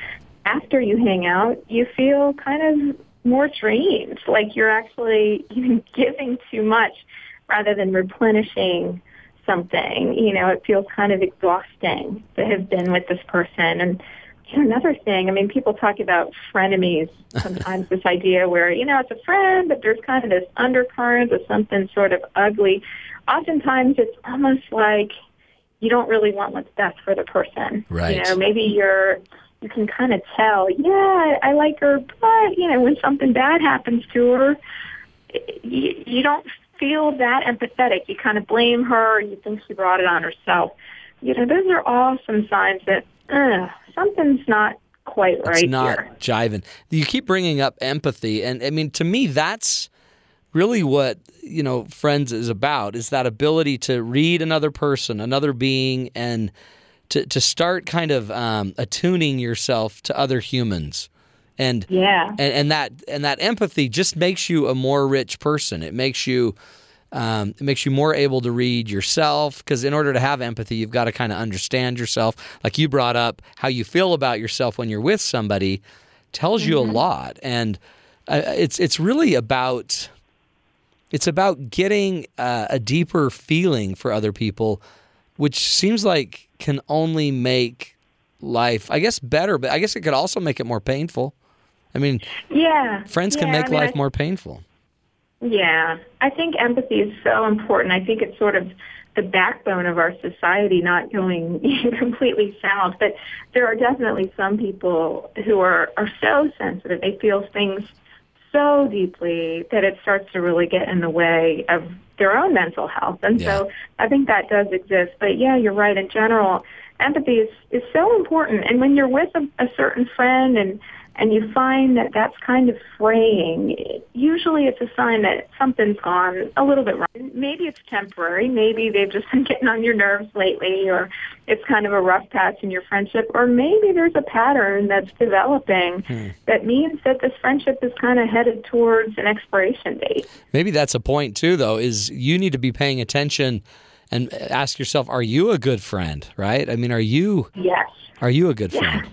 after you hang out you feel kind of more drained like you're actually *laughs* even giving too much rather than replenishing something you know it feels kind of exhausting to have been with this person and you know, another thing i mean people talk about frenemies sometimes *laughs* this idea where you know it's a friend but there's kind of this undercurrent of something sort of ugly oftentimes it's almost like you don't really want what's best for the person you
Right.
know maybe you're you can kind of tell yeah i like her but you know when something bad happens to her you, you don't feel that empathetic. You kind of blame her and you think she brought it on herself. You know, those are all some signs that uh, something's not quite right
it's not
here.
jiving. You keep bringing up empathy, and I mean, to me, that's really what you know friends is about is that ability to read another person, another being, and to to start kind of um, attuning yourself to other humans, and
Yeah.
and, and that and that empathy just makes you a more rich person. It makes you. Um, it makes you more able to read yourself because in order to have empathy, you've got to kind of understand yourself. Like you brought up, how you feel about yourself when you're with somebody tells you a lot, and uh, it's it's really about it's about getting uh, a deeper feeling for other people, which seems like can only make life, I guess, better. But I guess it could also make it more painful. I mean,
Yeah.
friends can
Yeah,
make
I mean,
life
I-
more painful.
Yeah, I think empathy is so important. I think it's sort of the backbone of our society not going *laughs* completely south. But there are definitely some people who are, are so sensitive. They feel things so deeply that it starts to really get in the way of their own mental health. And so I think that does exist. But yeah, you're right. In general, empathy is, is so important. And when you're with a, a certain friend and and you find that that's kind of fraying, it- usually it's a sign that something's gone a little bit wrong. Maybe it's temporary. Maybe they've just *laughs* been getting on your nerves lately, or it's kind of a rough patch in your friendship, or maybe there's a pattern that's developing that means that this friendship is kind of headed towards an expiration date.
Maybe that's a point too, though, is you need to be paying attention and ask yourself, are you a good friend? Right? I mean, are you
Yes.
are you a good friend?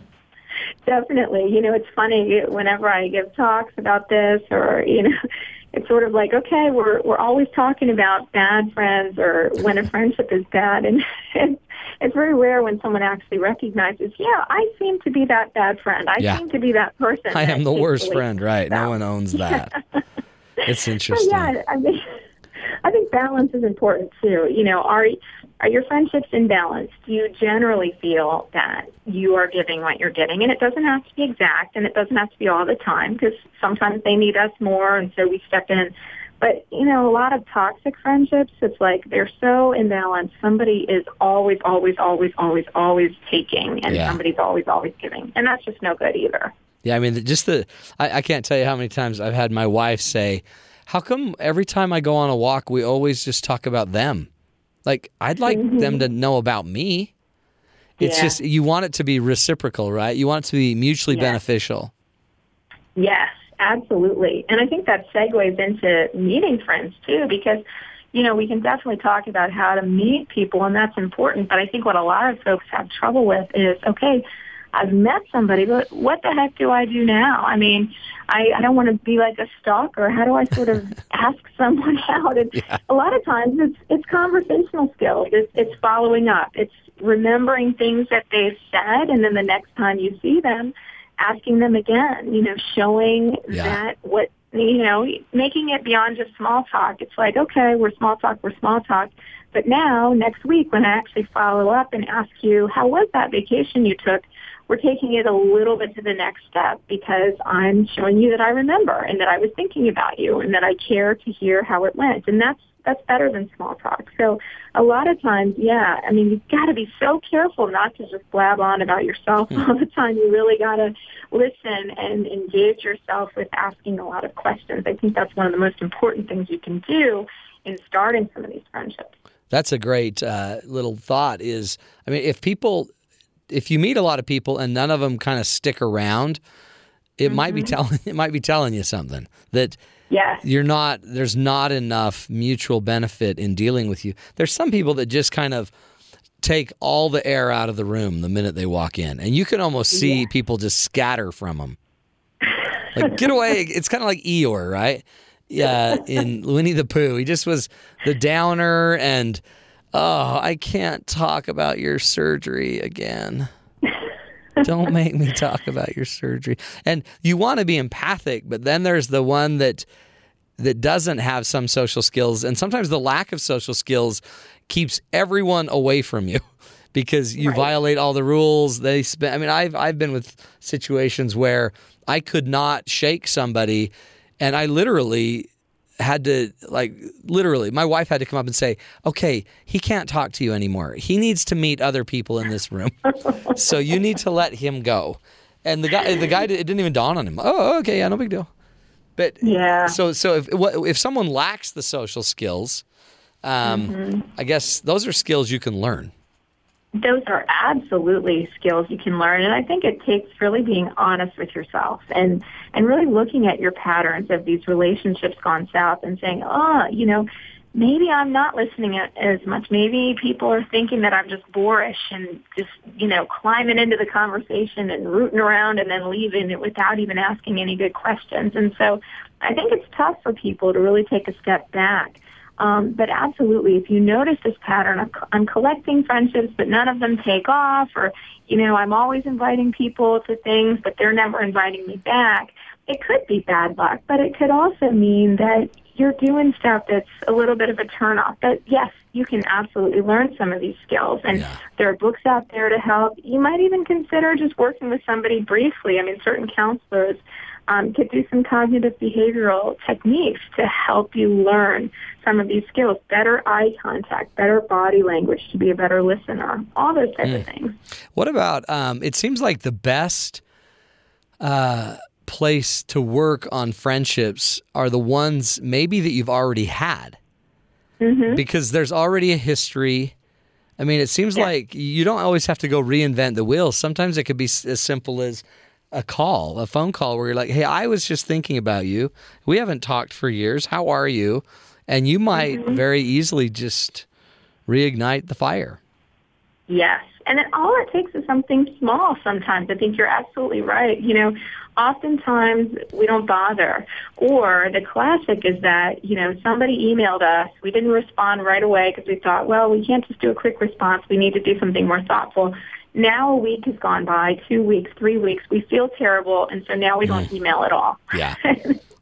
Definitely. You know, it's funny whenever I give talks about this or, you know, *laughs* it's sort of like, okay, we're we're always talking about bad friends or when a friendship is bad and, *laughs* and it's very rare when someone actually recognizes, yeah, I seem to be that bad friend. I
Yeah.
seem to be that person.
I
that
am the worst
easily-
friend, right? No one owns
*laughs*
that. It's
But
interesting.
yeah, I mean, *laughs* I think balance is important too. You know, are are your friendships in balance? Do you generally feel that you are giving what you're getting, and it doesn't have to be exact, and it doesn't have to be all the time, because sometimes they need us more, and so we step in. But, you know, a lot of toxic friendships, it's like they're so imbalanced. Somebody is always, always, always, always, always taking, and
Yeah.
somebody's always, always giving. And that's just no good either.
Yeah, I mean, the- just the I, I can't tell you how many times I've had my wife say, "How come every time I go on a walk, we always just talk about them? Like, I'd like them to know about me." It's
Mm-hmm. Yeah.
just you want it to be reciprocal, right? You want it to be mutually beneficial.
Yes, absolutely. And I think that segues into meeting friends too, because, you know, we can definitely talk about how to meet people and that's important. But I think what a lot of folks have trouble with is, okay, I've met somebody, but what the heck do I do now? I mean, I, I don't want to be like a stalker. How do I sort of ask someone out? And a lot of times it's, it's conversational skills. It's, it's following up. It's remembering things that they've said. And then the next time you see them, asking them again, you know, showing
Yeah.
that what, you know, making it beyond just small talk. It's like, okay, we're small talk, we're small talk. But now, next week, when I actually follow up and ask you, how was that vacation you took? We're taking it a little bit to the next step because I'm showing you that I remember and that I was thinking about you and that I care to hear how it went. And that's that's better than small talk. So a lot of times, yeah, I mean, you've got to be so careful not to just blab on about yourself all the time. You really got to listen and engage yourself with asking a lot of questions. I think that's one of the most important things you can do in starting some of these friendships.
That's a great uh, little thought. Is I mean, if people, if you meet a lot of people and none of them kind of stick around, it might be telling *laughs* it might be telling you something that
Yes.
you're not there's not enough mutual benefit in dealing with you there's some people that just kind of take all the air out of the room the minute they walk in and you can almost see people just scatter from them like get away it's kind of like Eeyore right yeah in Winnie the Pooh he just was the downer and oh I can't talk about your surgery again don't make me talk about your surgery and you want to be empathic but then there's the one that that doesn't have some social skills and sometimes the lack of social skills keeps everyone away from you *laughs* because you violate all the rules they spend I mean I've I've been with situations where I could not shake somebody and I literally had to like literally my wife had to come up and say okay he can't talk to you anymore he needs to meet other people in this room so you need to let him go and the guy the guy it didn't even dawn on him oh okay yeah no big deal but
Yeah.
so so if what- if someone lacks the social skills, um, I guess those are skills you can learn.
those are absolutely skills you can learn and i think it takes really being honest with yourself and and really looking at your patterns of these relationships gone south and saying oh you know maybe i'm not listening a- as much maybe people are thinking that i'm just boorish and just you know climbing into the conversation and rooting around and then leaving it without even asking any good questions and so i think it's tough for people to really take a step back um, but absolutely, if you notice this pattern, I'm, I'm collecting friendships, but none of them take off, or you know, I'm always inviting people to things, but they're never inviting me back. It could be bad luck, but it could also mean that you're doing stuff that's a little bit of a turnoff. But yes, you can absolutely learn some of these skills, and there are books out there to help. You might even consider just working with somebody briefly. I mean, certain counselors um, to do some cognitive behavioral techniques to help you learn some of these skills, better eye contact, better body language to be a better listener, all those types of things.
What about? Um, it seems like the best uh, place to work on friendships are the ones maybe that you've already had, because there's already a history. I mean, it seems like you don't always have to go reinvent the wheel. Sometimes it could be s- as simple as a call, a phone call where you're like, "Hey, I was just thinking about you. We haven't talked for years. How are you?" And you might very easily just reignite the fire.
Yes. And then all it takes is something small sometimes. I think you're absolutely right. You know, oftentimes we don't bother. Or the classic is that, you know, somebody emailed us. We didn't respond right away because we thought, well, we can't just do a quick response. We need to do something more thoughtful. Now a week has gone by, two weeks, three weeks. We feel terrible. And so now we don't email at all. *laughs*
Yeah.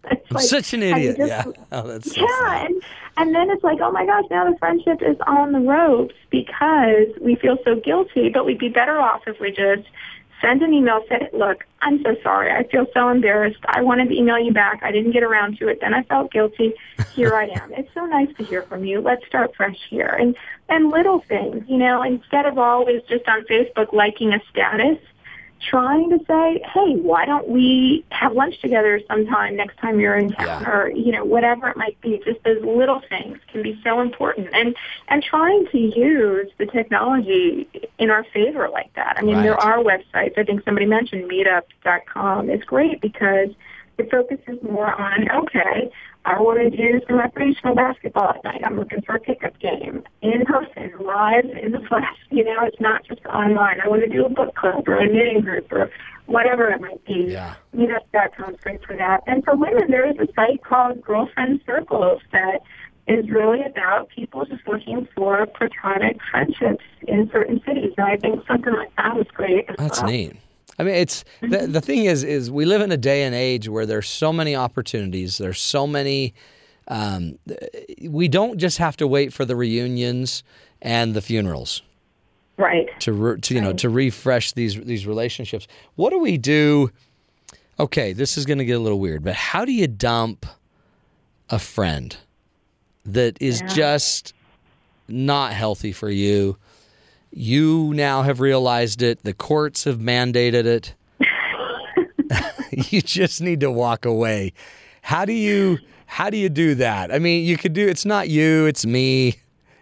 It's like-
Such an
I
idiot.
just-
yeah. Oh, that's so sad.
yeah, and, and then it's like, oh my gosh, now the friendship is on the ropes because we feel so guilty, but we'd be better off if we just send an email, say, look, I'm so sorry. I feel so embarrassed. I wanted to email you back. I didn't get around to it. Then I felt guilty. Here I am. It's so nice to hear from you. Let's start fresh here. And, and little things, you know, instead of always just on Facebook liking a status, trying to say, hey, why don't we have lunch together sometime next time you're in town
Yeah.
or, you know, whatever it might be. Just those little things can be so important. And, and trying to use the technology in our favor like that. I mean,
Right.
there are websites. I think somebody mentioned meetup.com is great because it focuses more on, okay, I want to do some recreational basketball at night. I'm looking for a pickup game in person, live in the flesh. You know, it's not just online. I want to do a book club or a knitting group or whatever it might be.
Yeah.
Meetup.com's great for that. And for women, there is a site called Girlfriend Circles that is really about people just looking for platonic friendships in certain cities. And I think something like that is great. as
That's
well.
neat. I mean, it's
Mm-hmm.
the, the thing is, is we live in a day and age where there's so many opportunities. There's so many. Um, th- we don't just have to wait for the reunions and the funerals
Right.
to, re, to you know to refresh these these relationships. What do we do? Okay, this is going to get a little weird, but how do you dump a friend that is just not healthy for you? You now have realized it. The courts have mandated it. *laughs* you just need to walk away. How do you how do you do that? I mean, you could do it's not you, it's me.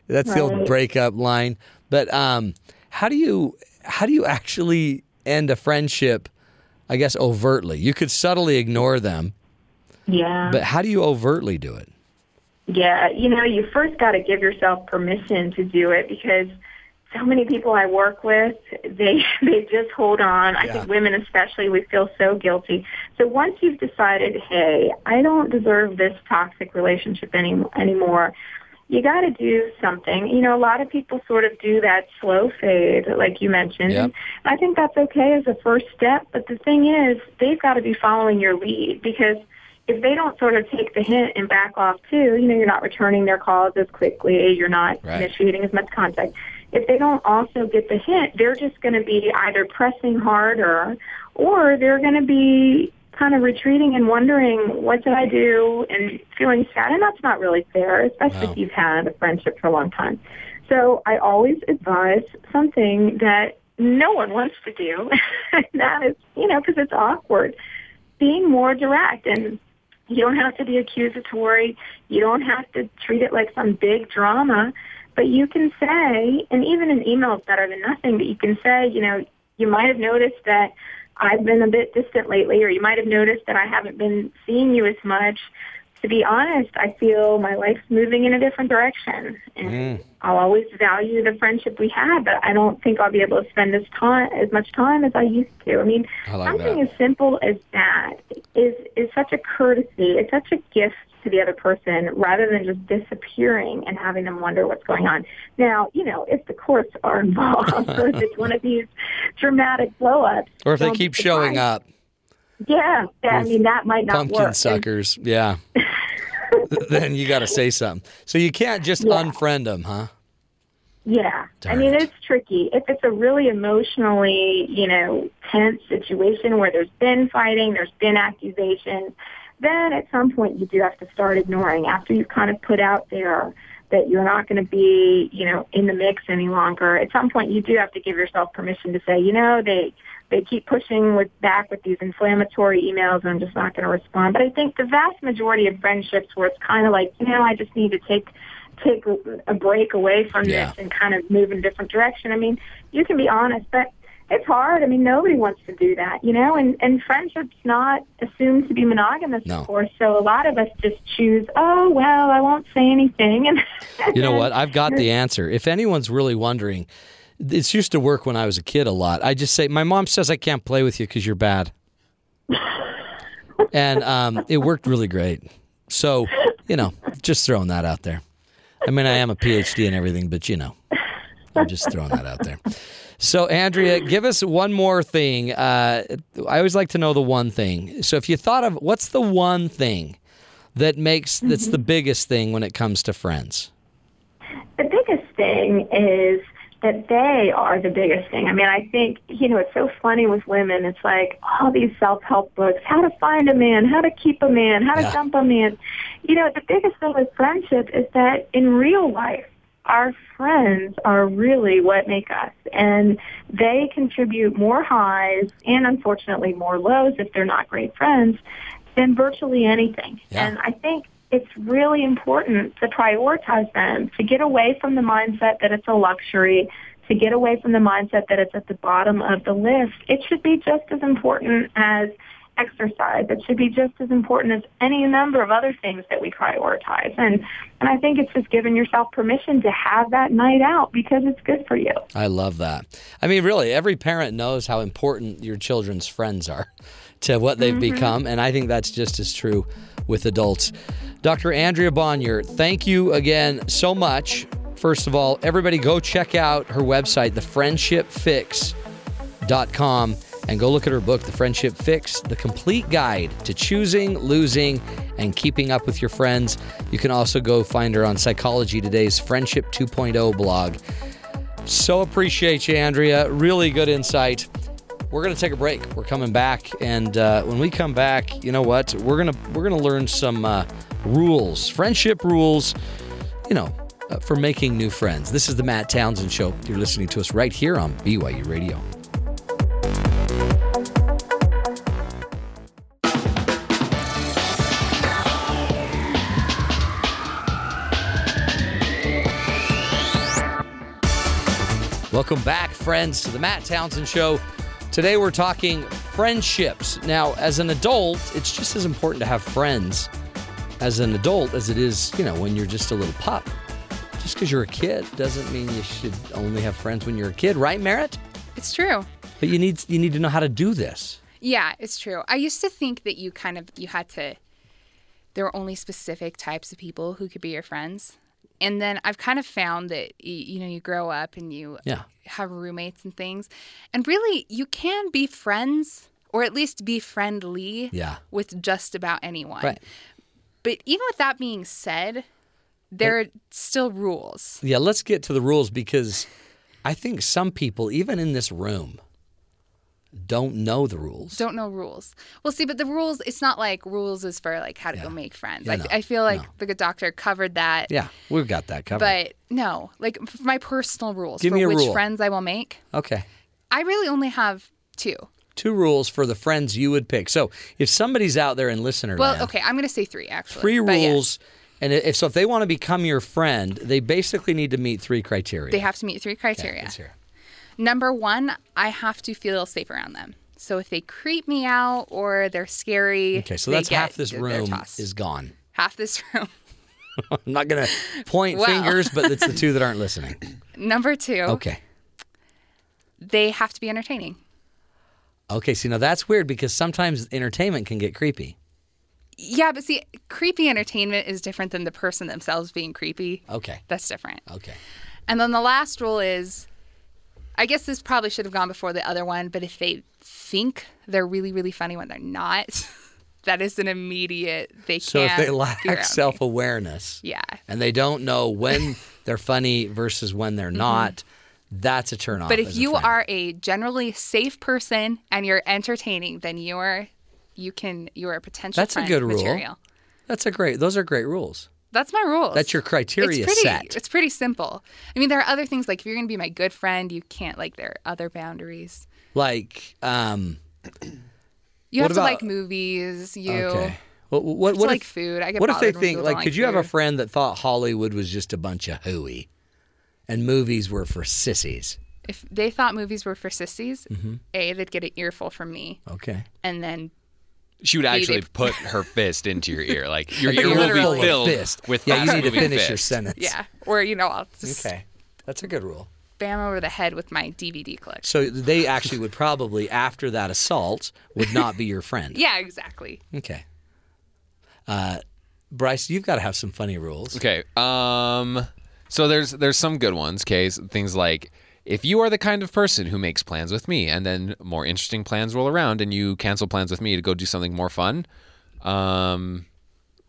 That's the old
Right.
breakup line. But um how do you how do you actually end a friendship? I guess overtly. You could subtly ignore them,
Yeah.
but how do you overtly do it?
Yeah, you know, you first got to give yourself permission to do it because so many people I work with, they *laughs* they just hold on. I think women especially, we feel so guilty. So once you've decided, hey, I don't deserve this toxic relationship any, anymore, you got to do something. You know, a lot of people sort of do that slow fade, like you mentioned.
Yep.
I think that's okay as a first step, but the thing is, they've got to be following your lead because if they don't sort of take the hint and back off too, you know, you're not returning their calls as quickly, you're not
Right.
initiating as much contact. If they don't also get the hint, they're just going to be either pressing harder or they're going to be kind of retreating and wondering, what did I do? And feeling sad. And that's not really fair, especially if you've had a friendship for a long time. So I always advise something that no one wants to do. *laughs* and that is, you know, because it's awkward. Being more direct and you don't have to be accusatory. You don't have to treat it like some big drama. But you can say, and even an email is better than nothing, but you can say, you know, you might have noticed that I've been a bit distant lately, or you might have noticed that I haven't been seeing you as much. To be honest, I feel my life's moving in a different direction. And
Mm.
I'll always value the friendship we had, but I don't think I'll be able to spend as time as much time as I used to. I mean,
I like
something
that.
as simple as that is is such a courtesy. It's such a gift to the other person rather than just disappearing and having them wonder what's going on. Now, you know, if the courts are *laughs* involved or if it's one of
*laughs*
these dramatic blow ups.
Or if they keep showing up,
Yeah. yeah I mean that might not
pumpkin
work. And-
suckers, yeah. then you got to say something. So you can't just unfriend them, huh?
Yeah.
Darn
I mean,
it.
it's tricky. If it's a really emotionally, you know, tense situation where there's been fighting, there's been accusations, then at some point you do have to start ignoring after you've kind of put out there that you're not going to be, you know, in the mix any longer. At some point you do have to give yourself permission to say, you know, they they keep pushing with back with these inflammatory emails and I'm just not going to respond. But I think the vast majority of friendships where it's kind of like, you know, I just need to take take a break away from
Yeah.
this and kind of move in a different direction. I mean, you can be honest, but it's hard. I mean, nobody wants to do that, you know, and, and friendship's not assumed to be monogamous,
No.
of course. So a lot of us just choose, oh, well, I won't say anything. *laughs* And
You know what? I've got the answer. If anyone's really wondering, this used to work when I was a kid a lot. I just say, my mom says I can't play with you because you're bad. and um, it worked really great. So, you know, just throwing that out there. I mean, I am a PhD and everything, but you know, I'm just throwing that out there. So, Andrea, give us one more thing. Uh, I always like to know the one thing. So, if you thought of what's the one thing that makes that's the biggest thing when it comes to friends?
the biggest thing is that they are the biggest thing. I mean, I think, you know, it's so funny with women. It's like all these self-help books, how to find a man, how to keep a man, how to
Yeah.
dump a man. You know, the biggest thing with friendship is that in real life, our friends are really what make us and they contribute more highs and unfortunately more lows if they're not great friends than virtually anything.
Yeah.
And I think it's really important to prioritize them, to get away from the mindset that it's a luxury, to get away from the mindset that it's at the bottom of the list. It should be just as important as exercise. It should be just as important as any number of other things that we prioritize. And and I think it's just giving yourself permission to have that night out because it's good for you.
I love that. I mean, really, every parent knows how important your children's friends are *laughs* to what they've become. And I think that's just as true with adults. Dr. Andrea Bonnier, thank you again so much. First of all, everybody go check out her website, thefriendshipfix.com, and go look at her book, The Friendship Fix, the complete guide to choosing, losing, and keeping up with your friends. You can also go find her on Psychology Today's Friendship 2.0 blog. So appreciate you, Andrea. Really good insight. We're gonna take a break. We're coming back, and uh, when we come back, you know what? We're gonna we're gonna learn some uh, rules, friendship rules. You know, uh, for making new friends. This is the Matt Townsend Show. You're listening to us right here on BYU Radio. Welcome back, friends, to the Matt Townsend Show. Today we're talking friendships. Now, as an adult, it's just as important to have friends as an adult as it is, you know, when you're just a little pup. Just because you're a kid doesn't mean you should only have friends when you're a kid, right, Merritt?
It's true.
But you need you need to know how to do this.
Yeah, it's true. I used to think that you kind of you had to there were only specific types of people who could be your friends. And then I've kind of found that y- you know you grow up and you
Yeah.
have roommates and things. And really you can be friends or at least be friendly
Yeah.
with just about anyone.
Right.
But even with that being said, there are still rules.
Yeah, let's get to the rules because I think some people, even in this room, don't know the rules.
don't know rules. Well, see, but the rules, it's not like rules is for like how to
Yeah.
go make friends.
Yeah,
I,
no,
I feel like
no.
the good doctor covered that.
Yeah, we've got that covered.
But no, like f- my personal rules
Give
for
me a
which
rule.
friends I will make,
okay.
I really only have two.
Two rules for the friends you would pick. So if somebody's out there in listener
Well,
land,
okay, I'm going to say three actually.
three
but yeah,
rules, and if so, if they want to become your friend, they basically need to meet three criteria.
they have to meet three criteria.
It's here.
Number one, I have to feel safe around them. So if they creep me out or they're scary,
Okay, so
they
that's half
get-
this
they're
room
tossed.
is gone. *laughs*
half this *laughs* room.
I'm not
*laughs*
going to point
Well.
fingers, but it's the two that aren't
*laughs*
listening.
Number two,
Okay.
they have to be entertaining.
Okay, see, now that's weird because sometimes entertainment can get creepy.
Yeah, but see, creepy entertainment is different than the person themselves being creepy.
Okay.
That's different.
Okay.
And then the last rule is I guess this probably should have gone before the other one, but if they think they're really, really funny when they're not, *laughs* that is an immediate they
So
can't.
if they
be around
lack
me.
self Oh, awareness
Yeah.
and they don't know when they're funny versus when they're not, that's a turn off.
Mm-hmm. But if
as a
you
friend.
are a generally safe person and you're entertaining, then you are you can you are a potential
That's a
friend
good rule.
material.
That's a great, those are great rules.
That's my rules.
That's your criteria
it's pretty,
set.
It's pretty simple. I mean, there are other things like if you're going to be my good friend, you can't like there are other boundaries.
Like, um, What
You have to
about-
like movies. You
okay. What, what,
to
what
like
if,
food. I get
what if they
bothered when
think,
people
like,
don't like
could you have a
food.
friend that thought Hollywood was just a bunch of hooey and movies were for sissies?
if they thought movies were for sissies,
Mm-hmm.
a they'd get an earful from me,
Okay.
and then
She would actually
it.
put her fist into your ear. Like
*laughs*
your
But
ear
you're
will
literally a
be filled
fist.
with
yeah. You need to
fast-moving
finish your
fists.
sentence.
yeah, or you know I'll just
Okay, that's a good rule.
bam over the head with my DVD collection.
So they actually would probably, after that assault, would not be your friend.
*laughs* Yeah, exactly.
Okay. Uh, Bryce, you've got to have some funny rules.
Okay. Um so there's there's some good ones, okay? S- Things like if you are the kind of person who makes plans with me and then more interesting plans roll around and you cancel plans with me to go do something more fun, um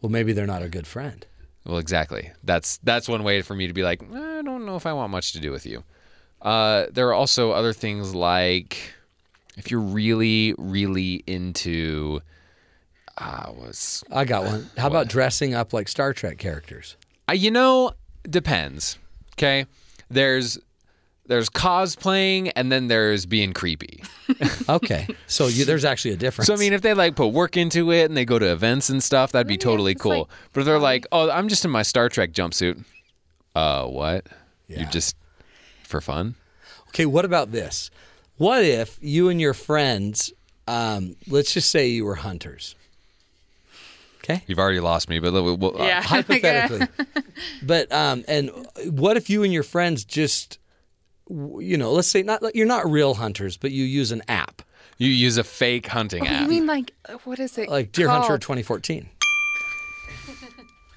Well, maybe they're not a good friend.
well exactly. That's that's one way for me to be like, I don't know if I want much to do with you. Uh, there are also other things like if you're really, really into. Uh, was
I got one. How about dressing up like Star Trek characters?
I, uh, you know, depends. Okay, there's there's cosplaying, and then there's being creepy.
Okay, so you, there's actually a difference.
So I mean, if they like put work into it and they go to events and stuff, that'd be
Yeah,
totally
it's
cool.
like-
but if they're like, "Oh, I'm just in my Star Trek jumpsuit." Uh, what? You
Yeah.
just for fun?
Okay, what about this? What if you and your friends, um, let's just say you were hunters, okay?
You've already lost me, but look, well, uh,
Yeah. *laughs*
Hypothetically. but um, and what if you and your friends just, w- you know, let's say not you're not real hunters, but you use an app
*laughs* you use a fake hunting
You
app.
mean like uh, what is it?
like Deer Hunter
called?
2014.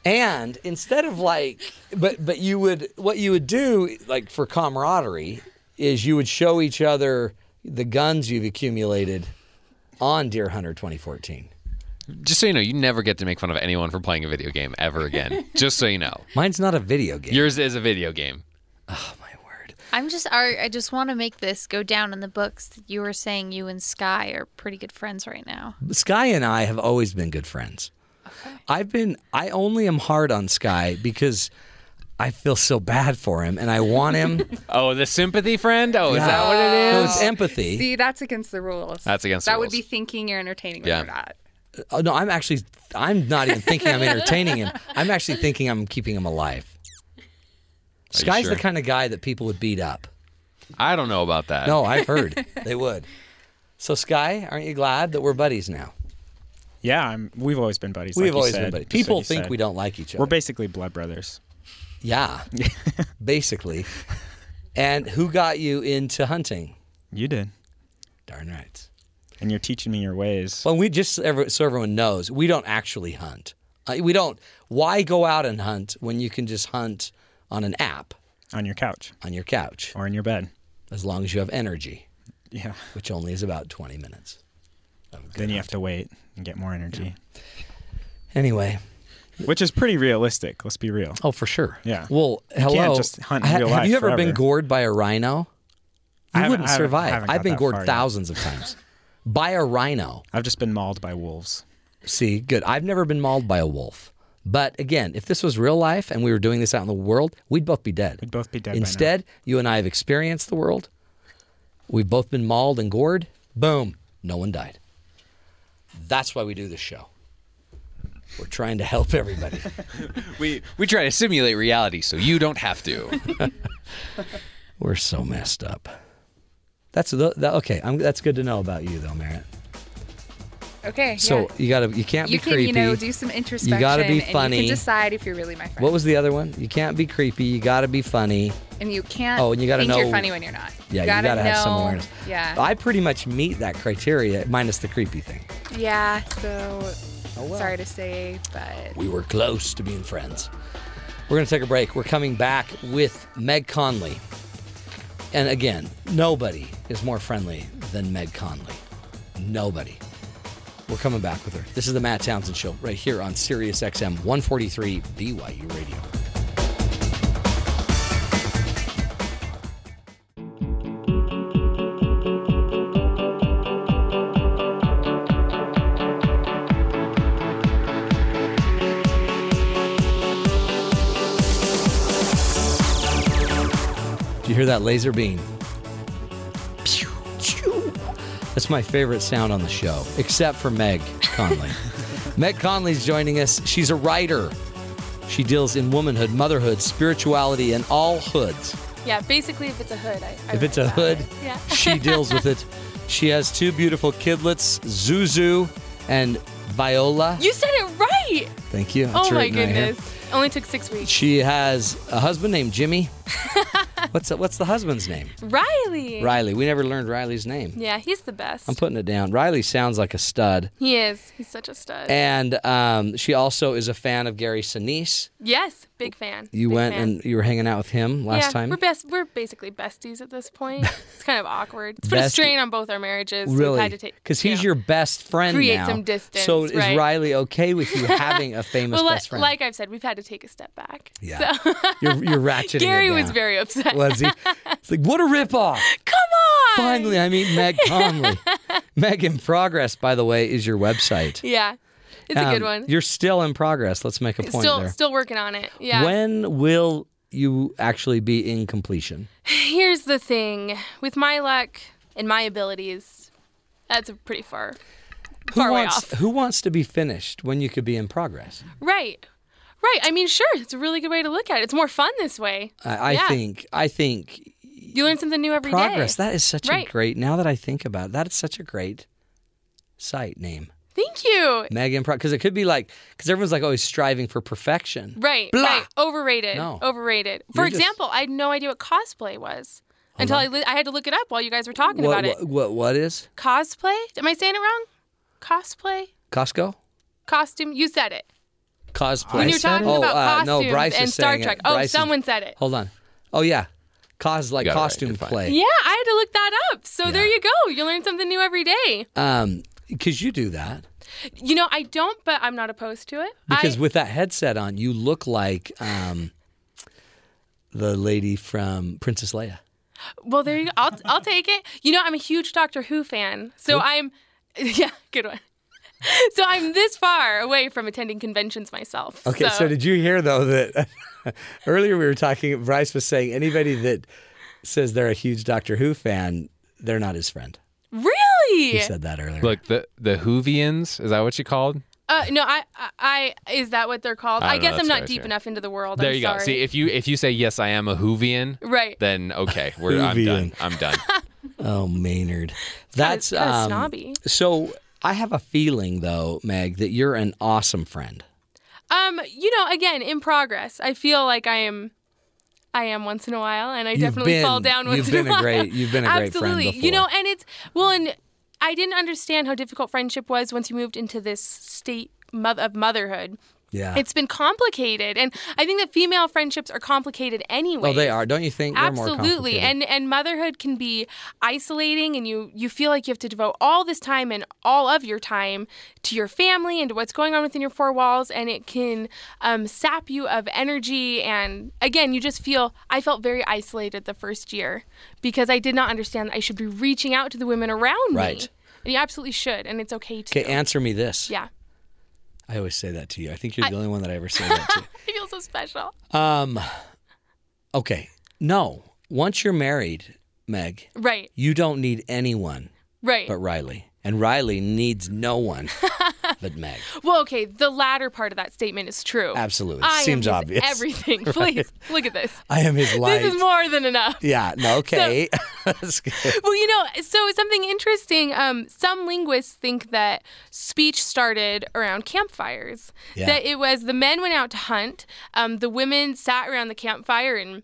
And instead of like, but but you would what you would do like for camaraderie is you would show each other the guns you've accumulated on Deer Hunter 2014.
Just so you know, you never get to make fun of anyone for playing a video game ever again.
*laughs*
Just so you know,
Mine's not a video game.
yours is a video game.
my word.
I'm just I, I just want to make this go down in the books that you were saying you and Sky are pretty good friends right now.
Sky and I have always been good friends. I've been I only am hard on Sky because I feel so bad for him and I want
*laughs*
him.
Oh, the sympathy friend. Oh, is that what it is?
No, it's empathy.
See, that's against the rules.
That's against the
That
rules.
would be thinking you're entertaining when
Yeah.
you're not.
Oh no, I'm actually I'm not even thinking I'm entertaining him. I'm actually thinking I'm keeping him alive. Sky's
sure?
the kind of guy that people would beat up.
I don't know about that.
No,
*laughs*
I've heard they would. So Sky, aren't you glad that we're buddies now?
*laughs* Yeah, I'm, we've always been buddies.
We've
like you
always been
said,
buddies.
just like
People
you
think
said.
we don't like each other.
We're basically blood brothers. *laughs*
yeah. basically. And who got you into hunting?
You did,
Darn right.
and you're teaching me your ways.
Well, we just so every- so everyone knows we don't actually hunt. Uh, We don't. Why go out and hunt when you can just hunt on an app
on your couch
on your couch?
or in your bed.
as long as you have energy,
Yeah.
which only is about 20 minutes.
*laughs* Then you have to wait and get more energy,
Anyway.
which is pretty realistic. Let's be real.
Oh, for sure.
Yeah.
Well, hello.
just hunt in
Ha-
real
have
life
you ever been
forever.
gored by a rhino?
I
You wouldn't
haven't- I haven't- I
survive.
haven't
I've
got
been
that
gored
far yet.
thousands of times by a rhino.
I've just been mauled by wolves.
See, good. I've never been mauled by a wolf. But again, if this was real life and we were doing this out in the world, we'd both be dead.
We'd both be dead. by now.
Instead, you and I have experienced the world. We've both been mauled and gored. Boom, no one died. That's why we do this show. We're trying to help
*laughs*
everybody.
We we try to simulate reality so you don't have to.
*laughs* We're so messed up. That's the, that, okay. I'm, that's good to know about you, though, Merritt.
Okay.
So
yeah.
you gotta, you can't
you
be
can
creepy.
you know do some introspection.
be
And you
funny.
can decide if you're really my friend.
what was the other one? You can't be creepy. You gotta be funny.
and you can't.
Oh, and you gotta
think
know-
you're funny when you're not.
Yeah,
you gotta,
have some
know-
awareness.
Yeah.
I pretty much meet that criteria minus the creepy thing.
yeah. So
Oh, well.
sorry to say, but
We were close to being friends. We're going to take a break. We're coming back with Meg Conley. And again, nobody is more friendly than Meg Conley. Nobody. We're coming back with her. This is the Matt Townsend Show right here on Sirius XM 143 BYU Radio. Do you hear that laser beam? Pew, pew. That's my favorite sound on the show, except for Meg
*laughs*
Conley. Meg Conley's joining us. She's a writer. She deals in womanhood, motherhood, spirituality, and all hoods.
Yeah, basically, if it's a hood, I. I
If it's
write
a
about
hood,
it. Yeah.
she deals with
*laughs*
it. She has two beautiful kidlets, Zuzu and Viola.
You said it right.
Thank you. It's
oh my
written right here.
goodness. Only took six weeks.
She has a husband named
*laughs*
Jimmy. what's the, what's the husband's name?
Riley.
Riley. We never learned Riley's name.
Yeah, he's the best.
I'm putting it down. Riley sounds like a stud.
he is. He's such a stud.
And um, she also is a fan of Gary Sinise.
yes, big fan.
You
big
went
fan.
and you were hanging out with him last
yeah,
time.
we're best. We're basically besties at this
*laughs*
point. It's kind of awkward. It's put a
Best-
strain on both our marriages. We've
really?
had to take
Because he's
yeah.
your best friend
Create
now.
some distance,
So is
right? *laughs*
Riley okay with you having a famous
well, li-
best friend?
like I've said, we've had to take a step back.
Yeah. *laughs* You're, you're ratcheting.
Gary
it
was
down.
very
*laughs*
upset. *laughs*
was he? It's like what a ripoff!
Come on.
Finally, I meet Meg
*laughs*
Conley. Meg in progress, by the way, is your website.
Yeah. It's a good
Um,
one.
You're still in progress. Let's make a point
still
there.
still working on it. Yeah.
When will you actually be in completion?
Here's the thing. With my luck and my abilities, that's a pretty far
Who
far way
wants
off.
who wants to be finished when you could be in progress?
Right. Right. I mean, sure, it's a really good way to look at it. It's more fun this way.
I, I
Yeah.
think I think
You learn something new every day.
progress. That is such
Right.
a great. Now that I think about it, that is such a great site name,
Thank you.
Meg in Progress, because it could be like because everyone's like always striving for perfection.
Right.
Blah.
Right. Overrated.
No.
Overrated. For
You're just-
example, I had no idea what cosplay was until I, li- I had to look it up while you guys were talking
What,
about it.
what what what is
Cosplay? Am I saying it wrong? Cosplay?
Costco?
Costume? You said it.
Cosplay.
When you're talking about
oh, uh,
costumes
no, Bryce
and
is
Star
saying
Trek.
It.
Oh,
Bryce is-
someone said it.
Hold on. Oh yeah, cause like
got it right.
costume
You're fine.
play.
Yeah, I had to look that up. So there you go. You learn something new every day.
Um, because you do that.
You know, I don't, but I'm not opposed to it.
Because
I,
with that headset on, you look like um, the lady from Princess Leia.
well, there you go. I'll, I'll take it. You know, I'm a huge Doctor Who fan. So I'm, *laughs* yeah, good one. So I'm this far away from attending conventions myself.
Okay, so, did you hear though that *laughs* earlier we were talking? Bryce was saying anybody that says they're a huge Doctor Who fan, they're not his friend.
really?
He said that earlier.
Look, the the Hoovians is that what you called?
Uh, no, I, I, I, is that what they're called?
I
I,
don't know,
guess
that's
I'm
what I
not deep
see.
enough into the world.
There
I'm
you
sorry.
go. See if you if you say yes, I am a Hoovian,
Right.
then okay, we're I'm done. I'm done.
oh, Maynard,
That's
that's
kind of
um,
snobby.
So I have a feeling though, Meg, that you're an awesome friend.
Um, you know, again, in progress. I feel like I am, I am once in a while, and I definitely
been-
fall down once
you've
in
been
a
a
while.
great- you've been a great friend
Absolutely. You know,
before.
and it's well, and I didn't understand how difficult friendship was once you moved into this state moth- of motherhood.
Yeah.
It's been complicated, and I think that female friendships are complicated anyway.
oh, they are. Don't you think? They're more
absolutely
complicated.
and and motherhood can be isolating and you you feel like you have to devote all this time and all of your time to your family and to what's going on within your four walls and it can um, sap you of energy and again you just feel i felt very isolated the first year because i did not understand that i should be reaching out to the women around
Right.
me and you absolutely should and it's okay to
okay, answer me this.
yeah
I always say that to you. I think you're the only one that I ever say that to.
i *laughs* feel so special
*laughs* Um, okay. No. Once you're married, Meg,
right
you don't need anyone
right
but Riley. And Riley needs no one *laughs* but Meg.
well okay the latter part of that statement is true
Absolutely.
I am
Seems
his
obvious. *laughs*
Everything, please look at this.
I am his light.
This is more than enough.
yeah. No, okay. *laughs* That's good.
Well, you know, so something interesting. Um, some linguists think that speech started around campfires.
Yeah.
That it was the men went out to hunt, um, the women sat around the campfire and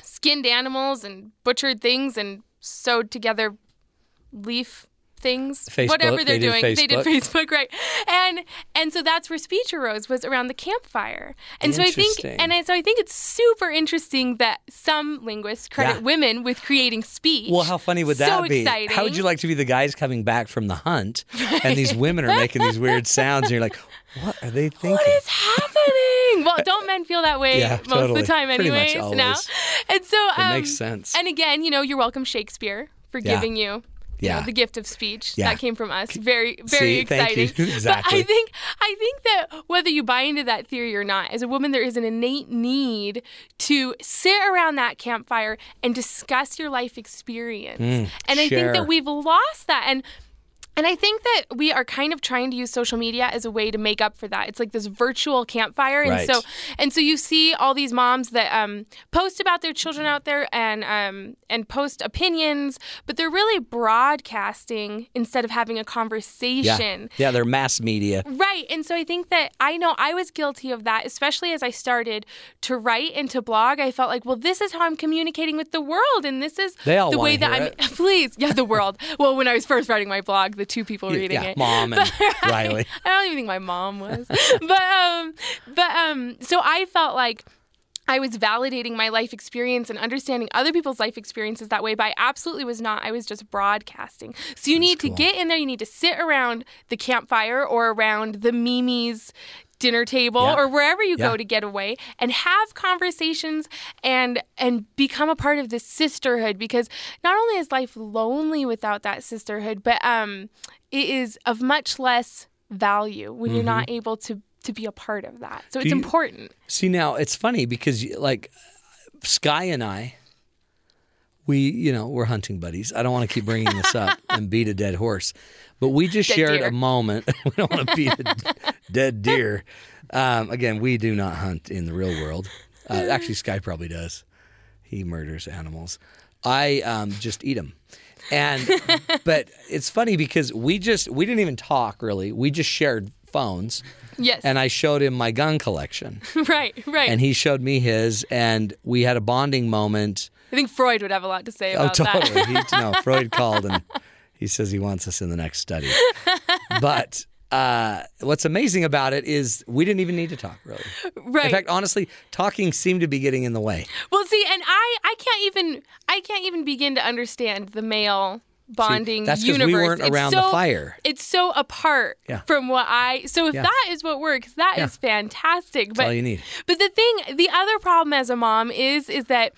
skinned animals and butchered things and sewed together leaf things
Facebook,
whatever they're
they did
doing they did
Facebook.
facebook right and and so that's where speech arose was around the campfire and so i think
Interesting.
and I, so i think it's super interesting that some linguists credit
Yeah.
women with creating speech
Well, how funny would that
so
be?
Exciting.
How would you like to be the guys coming back from the hunt and these women are making these
*laughs*
weird sounds and you're like, what are they thinking?
What is happening?
*laughs*
Well, don't men feel that way
Yeah,
most
totally.
of the time,
Pretty much
anyways? Now,
always.
and so
It
um,
makes sense.
And again, you know, you're welcome, Shakespeare, for
Yeah.
giving you. you know,
Yeah.
the gift of speech
Yeah.
that came from us. Very, very
See, thank you. *laughs*
exciting. But
Exactly.
I think, I think that whether you buy into that theory or not, as a woman, there is an innate need to sit around that campfire and discuss your life experience.
Mm,
and I think
share.
that we've lost that. And and I think that we are kind of trying to use social media as a way to make up for that. It's like this virtual campfire, and
Right.
so and so you see all these moms that um, post about their children out there and um, and post opinions, but they're really broadcasting instead of having a conversation.
Yeah. yeah, they're mass media.
Right. And so I think that I know I was guilty of that, especially as I started to write and to blog. I felt like, well, this is how I'm communicating with the world. And this is
They all
the way
wanna
that
hear
I'm. *laughs* Please. Yeah, the world. well, when I was first writing my blog, the two people
Yeah,
reading
yeah,
it.
mom
*laughs*
and
But I-
Riley.
I don't even think my mom was. *laughs* but, um, but, um, so I felt like. I was validating my life experience and understanding other people's life experiences that way, but I absolutely was not. I was just broadcasting. So you need to get in there. You need to sit around the campfire or around the Mimi's dinner table
Yeah.
or wherever you
Yeah.
go to get away and have conversations and and become a part of this sisterhood because not only is life lonely without that sisterhood but um it is of much less value when you're not able to to be a part of that so
Mm-hmm.
it's
you-
important
See now, it's funny because like Sky and I, we you know we're hunting buddies. I don't want to keep bringing this up and beat a dead horse, but we just shared
deer.
a moment. *laughs* we don't want to beat a d- dead deer. Um, again, we do not hunt in the real world. Uh, actually, Sky probably does. He murders animals. I um, just eat them. And but it's funny because we just we didn't even talk really. We just shared phones.
yes
And I showed him my gun collection
*laughs* right right
and he showed me his, and we had a bonding moment.
i think freud would have a lot to say about
oh,
that
totally. He, no, Freud called and he says he wants us in the next
*laughs*
study. But uh, what's amazing about it is we didn't even need to talk really.
right
In fact, honestly, talking seemed to be getting in the way.
Well, see, and I, I can't even, I can't even begin to understand the male bonding
that's 'cause we
universe.
weren't around the fire.
It's so apart
Yeah.
from what I. So if
Yeah.
that is what works, that is
Yeah.
fantastic.
That's all you need.
But the thing, the other problem as a mom is, is that.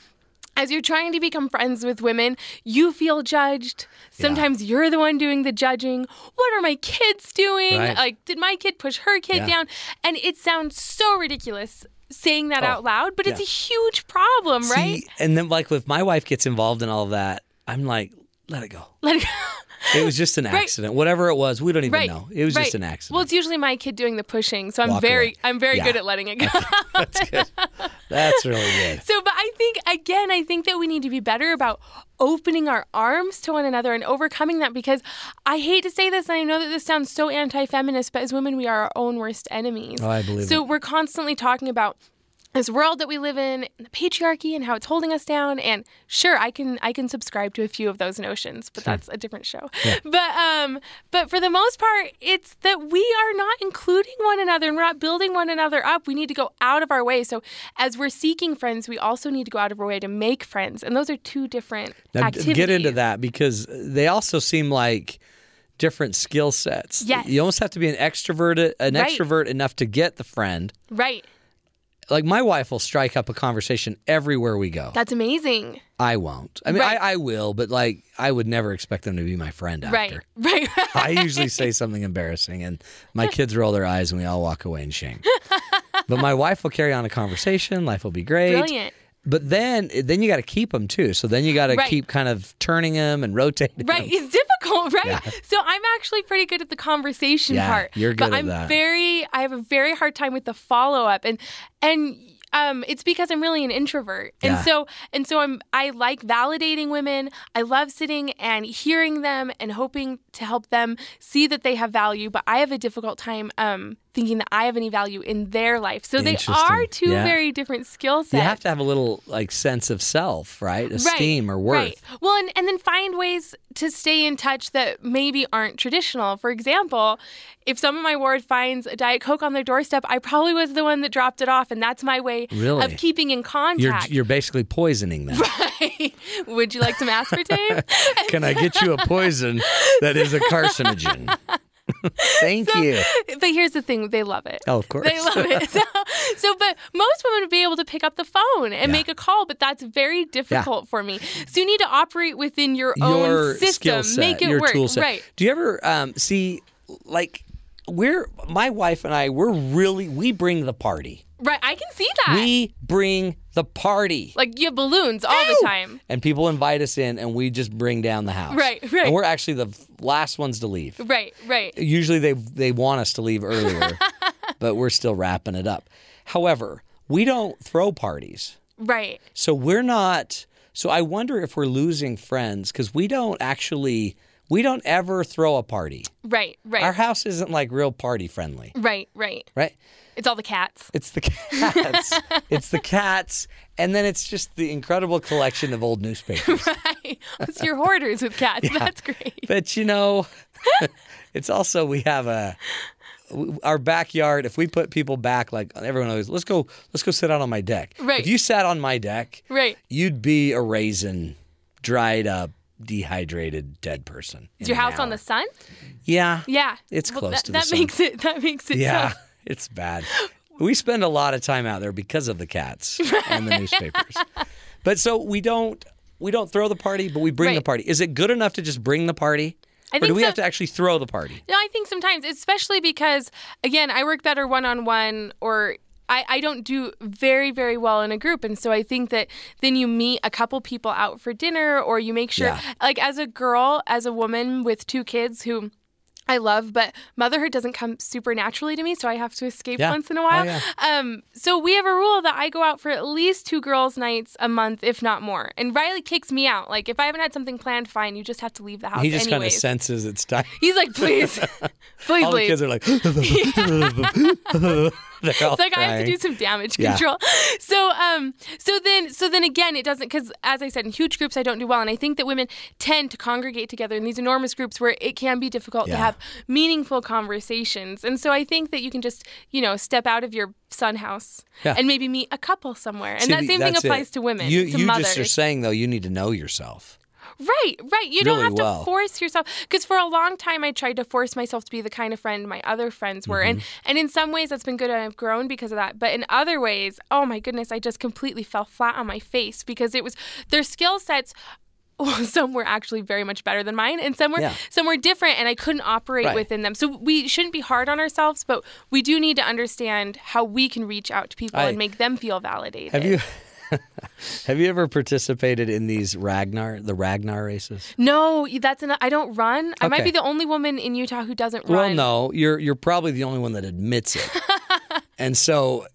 As you're trying to become friends with women, you feel judged. Sometimes you're the one doing the judging. What are my kids doing?
Right.
Like, did my kid push her kid
Yeah.
down? And it sounds so ridiculous saying
Oh.
that out loud, but it's
yeah.
a huge problem, right? *laughs*
See, and then like if my wife gets involved in all of that, I'm like, let it go.
Let it go.
It was just an accident. Whatever it was, we don't even
Right.
know. It was
right.
just an accident.
Well, it's usually my kid doing the pushing, so I'm
Walk
very
away.
I'm very
Yeah.
good at letting
*laughs*
it go.
that's good. That's really good.
*laughs* so, but I think again, I think that we need to be better about opening our arms to one another and overcoming that because I hate to say this and I know that this sounds so anti-feminist, but as women we are our own worst enemies.
Oh, I believe
So, we're constantly talking about this world that we live in, the patriarchy and how it's holding us down. And sure, I can I can subscribe to a few of those notions, but that's a different show. *laughs* But um, but for the most part, it's that we are not including one another and we're not building one another up. We need to go out of our way. So as we're seeking friends, we also need to go out of our way to make friends, and those are two different
Now, d-
activities.
get into that because they also seem like different skill sets.
Yes.
You almost have to be an extrovert an
Right.
extrovert enough to get the friend.
Right.
Like my wife will strike up a conversation everywhere we go.
That's amazing.
I won't. I mean
Right.
I, I will, but like I would never expect them to be my friend after.
Right. *laughs* Right.
*laughs* I usually say something embarrassing and
*laughs*
my kids roll their eyes and we all walk away in shame. but my wife will carry on a conversation, life will be great.
Brilliant.
But then then you got to keep them too. So then you got to
Right.
keep kind of turning them and *laughs* rotating 'em.
Right, it's difficult, *laughs* right? So I'm actually pretty good at the conversation
Yeah,
part.
you're
but
good at
I'm
that.
very I have a very hard time with the follow up and and um it's because I'm really an introvert.
Yeah.
And so and so I'm I like validating women. I love sitting and hearing them and hoping to help them see that they have value, but I have a difficult time um thinking that I have any value in their life. So they are
Interesting.
two
Yeah.
very different skill sets.
You have to have a little like sense of self, right? Esteem or worth.
Right. Well, and, and then find ways to stay in touch that maybe aren't traditional. For example, if some of my ward finds a Diet Coke on their doorstep, I probably was the one that dropped it off, and that's my way
Really?
of keeping in
You're
contact.
you're basically poisoning them.
*laughs* Would you like
*laughs*
some aspartame?
Can I get you a poison that is a carcinogen?
*laughs*
Thank you.
*laughs* but here's the thing they love it.
Oh, of course.
They
*laughs*
love it. So, so, but most women would be able to pick up the phone and make a call, but that's very difficult for me. So you need to operate within your,
your
own
skill
system,
set,
make it
your
work.
tool set.
Right.
Do you ever um, see like we're my wife and I we're really we bring the party.
Right. I can see that.
We bring the party.
Like you have balloons all the time.
And people invite us in and we just bring down the house.
Right, right.
And we're actually the last ones to leave.
Right, right.
usually they they want us to leave earlier, but we're still wrapping it up. However, we don't throw parties.
Right.
So we're not so I wonder if we're losing friends cuz we don't actually we don't ever throw a party.
Right, right.
Our house isn't like real party friendly,
right, right.
right?
It's all the cats. *laughs*
It's the cats. it's the cats and then it's just the incredible collection of old newspapers.
it's your hoarders with cats. That's great.
But you know, *laughs* it's also we have a w- our backyard. If we put people back, like everyone always, let's go, let's go sit out on my deck.
Right.
If you sat on my deck,
Right.
you'd be a raisin, dried up, dehydrated, dead person.
Is your house on the sun?
Yeah.
Yeah.
It's close
that,
to the
that
sun.
makes it that makes it
Yeah.
tough.
*laughs* It's bad. We spend a lot of time out there because of the
*laughs*
cats and the newspapers. But so we don't we don't throw the party, but we bring the
Right.
party. Is it good enough to just bring the party?
I
or do
think
we
so.
have to actually throw the party?
No, I think sometimes, especially because, again, I work better one on one or. I, I don't do very, very well in a group. And so I think that then you meet a couple people out for dinner, or you make sure,
Yeah.
like, as a girl, as a woman with two kids who I love, but motherhood doesn't come super naturally to me. So I have to escape
Yeah.
once in a
Oh,
while.
yeah.
Um, so we have a rule that I go out for at least two girls' nights a month, if not more. And Riley kicks me out. Like, if I haven't had something planned, fine, you just have to leave the house.
He just kind of
anyways.
senses
*laughs*
it's time.
He's
*laughs*
like, please, *laughs* please,
All the
leave.
kids are like,
*laughs*
*laughs* They're all
It's like I have to
crying.
do some damage
Yeah.
control. *laughs* So, um, so then, so then again, it doesn't because, as I said, in huge groups, I don't do well, and I think that women tend to congregate together in these enormous groups where it can be difficult to
Yeah.
have meaningful conversations. And so, I think that you can just, you know, step out of your sun house
Yeah.
and maybe meet a couple somewhere, and
See,
that same thing
that's it.
applies to women,
You,
to
you
mothers.
just are saying though, you need to know yourself.
Right, right. You
really
don't have
well.
to force yourself because for a long time I tried to force myself to be the kind of friend my other friends were, and
Mm-hmm.
and in some ways that's been good and I've grown because of that. But in other ways, oh my goodness, I just completely fell flat on my face because it was their skill sets. *laughs* Well, some were actually very much better than mine, and some were
Yeah.
some were different, and I couldn't operate
Right.
within them. So we shouldn't be hard on ourselves, but we do need to understand how we can reach out to people
I-
and make them feel validated.
Have you *laughs* have you ever participated in these Ragnar the Ragnar races?
No, that's an. I don't run. I might
Okay.
be the only woman in Utah who doesn't
Well,
run.
no, you're you're probably the only one that admits
*laughs*
it. and so,